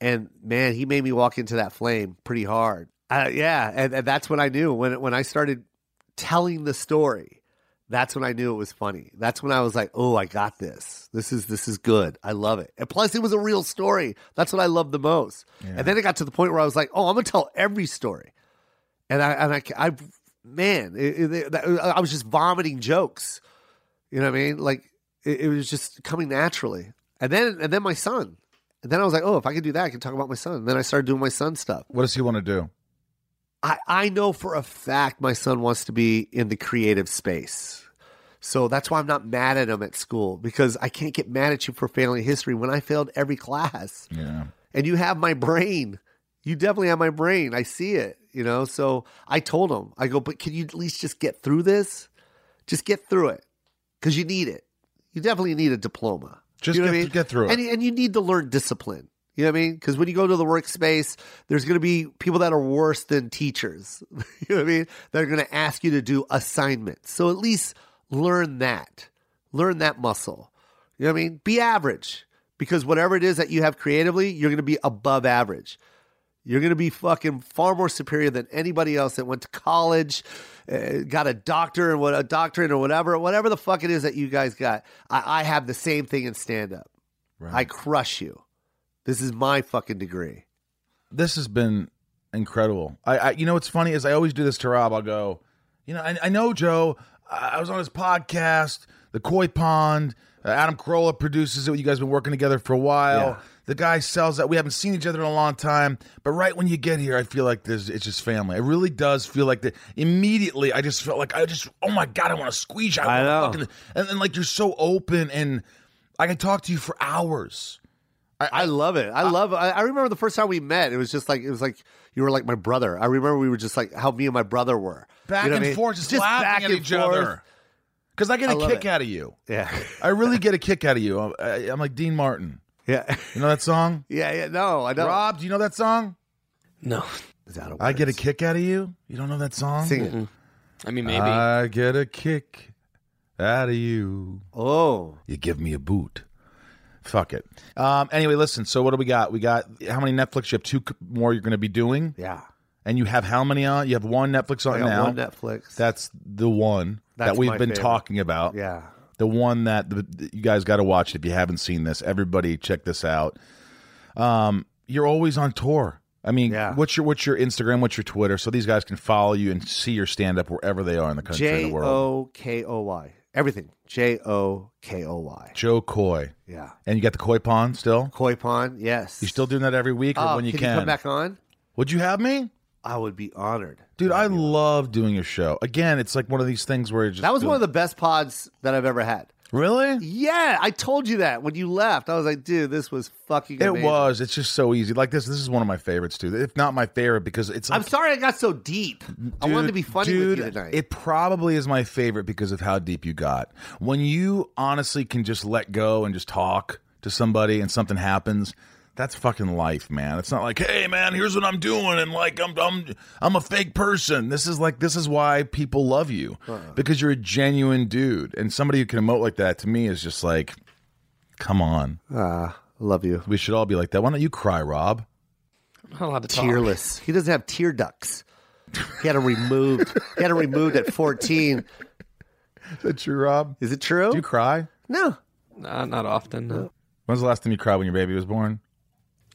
S3: and man, he made me walk into that flame pretty hard. Uh, yeah, and, and that's when I knew when when I started telling the story. That's when I knew it was funny. That's when I was like, "Oh, I got this. This is this is good. I love it." And plus, it was a real story. That's what I loved the most. And then it got to the point where I was like, "Oh, I'm gonna tell every story," and I and I, I man, it, it, that- I was just vomiting jokes. You know what I mean? Like it, it was just coming naturally. And then and then my son. And then I was like, oh, if I could do that, I can talk about my son. And then I started doing my son stuff.
S1: What does he want to do?
S3: I, I know for a fact my son wants to be in the creative space. So that's why I'm not mad at him at school because I can't get mad at you for failing history when I failed every class
S1: Yeah,
S3: and you have my brain. You definitely have my brain. I see it, you know. So I told him, I go, but can you at least just get through this? Just get through it because you need it. You definitely need a diploma.
S1: just
S3: you know
S1: get,
S3: what I mean?
S1: get through it.
S3: And, and you need to learn discipline. You know what I mean? Because when you go to the workspace, there's going to be people that are worse than teachers. you know what I mean? They're going to ask you to do assignments. So at least learn that. Learn that muscle. You know what I mean? Be average because whatever it is that you have creatively, you're going to be above average. You're going to be fucking far more superior than anybody else that went to college, uh, got a doctor and what a doctorate or whatever, whatever the fuck it is that you guys got. I, I have the same thing in stand up.
S1: Right.
S3: I crush you. This is my fucking degree.
S1: this has been incredible. I, I you know what's funny is I always do this to Rob. I'll go, you know, I, I know Joe. I I was on his podcast, The Koi Pond. Uh, Adam Carolla produces it. You guys been working together for a while.
S3: Yeah.
S1: The guy sells out. We haven't seen each other in a long time. But right when you get here, I feel like there's it's just family. It really does feel like that. Immediately, I just felt like I just oh my god, I want to squeeze. I,
S3: I
S1: wanna
S3: know.
S1: fucking- and then like you're so open, and I can talk to you for hours.
S3: I love it. I love. I, I remember the first time we met. It was just like it was like you were like my brother. I remember we were just like how me and my brother were
S1: back
S3: You know what
S1: and
S3: I mean?
S1: forth, just, laughing
S3: back
S1: at
S3: and
S1: each
S3: forth.
S1: other. Because I get
S3: I
S1: a
S3: love
S1: kick
S3: it.
S1: out of you.
S3: Yeah,
S1: I really get a kick out of you. I'm, I, I'm like Dean Martin.
S3: yeah,
S1: You know that song?
S3: yeah, yeah. No, I don't.
S1: Rob, do you know that song?
S2: No,
S3: Is that
S1: I get a
S3: words?
S1: kick out of you. You don't know that song?
S3: Sing it.
S2: I mean maybe.
S3: Uh,
S1: I get a kick out of you.
S3: Oh,
S1: You give me a boot. Fuck it. Um, anyway, listen. So what do we got? We got how many Netflix? You have two c- more. You're going to be doing,
S3: yeah.
S1: and you have how many on? You have one Netflix
S3: I
S1: on
S3: got
S1: now.
S3: one Netflix.
S1: That's the one that
S3: That's
S1: we've
S3: my
S1: been
S3: favorite.
S1: talking about.
S3: yeah.
S1: the one that the, the- you guys got to watch if you haven't seen this. Everybody, check this out. Um, you're always on tour. I mean,
S3: Yeah.
S1: what's your what's your Instagram? What's your Twitter? So these guys can follow you and see your stand up wherever they are in the country and
S3: J
S1: the world.
S3: o k o y. Everything. J o k o y.
S1: Joe Coy,
S3: Yeah.
S1: and you got the Koi Pond still.
S3: Koi pond. Yes.
S1: You still doing that every week or
S3: Oh,
S1: when you
S3: can,
S1: can?
S3: you come back on?
S1: Would you have me,
S3: I would be honored.
S1: dude? I love doing your show. Again, it's like one of these things where it just
S3: That was one of the best pods that I've ever had.
S1: really.
S3: Yeah, I told you that when you left. I was like, dude, this was fucking.
S1: It
S3: amazing.
S1: was. It's just so easy. Like this. This is one of my favorites too. If not my favorite, because it's. Like,
S3: I'm sorry I got so deep. I wanted to be funny
S1: dude,
S3: with you tonight.
S1: It probably is my favorite because of how deep you got. When you honestly can just let go and just talk to somebody and something happens, that's fucking life, man. It's not like, hey man, here's what I'm doing and like I'm I'm I'm a fake person. This is like this is why people love you. Because you're a genuine dude. And somebody who can emote like that to me is just like, come on.
S3: Ah, love you.
S1: We should all be like that. Why don't you cry, Rob?
S2: I'm not allowed to talk.
S3: Tearless. He doesn't have tear ducts. He had them removed. he had them removed at 14.
S1: Is that true, Rob?
S3: Is it true?
S1: Do you cry?
S3: No.
S2: Nah, not often.
S3: Uh,
S2: No.
S1: When's the last time you cried when your baby was born?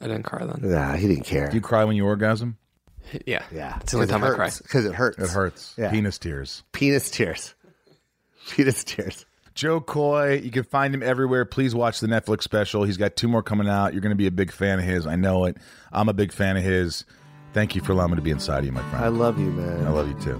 S2: I didn't cry then.
S3: Nah, he didn't care.
S1: Do you cry when you orgasm?
S2: Yeah.
S3: uh, yeah.
S2: It's the only time I cry.
S3: Because it hurts.
S1: It hurts.
S3: Yeah.
S1: Penis tears.
S3: Penis tears. Penis tears.
S1: Joe Coy, you can find him everywhere. Please watch the Netflix special. He's got two more coming out. You're going to be a big fan of his. I know it. I'm a big fan of his. Thank you for allowing me to be inside of you, my friend.
S3: I love you, man.
S1: I love you too.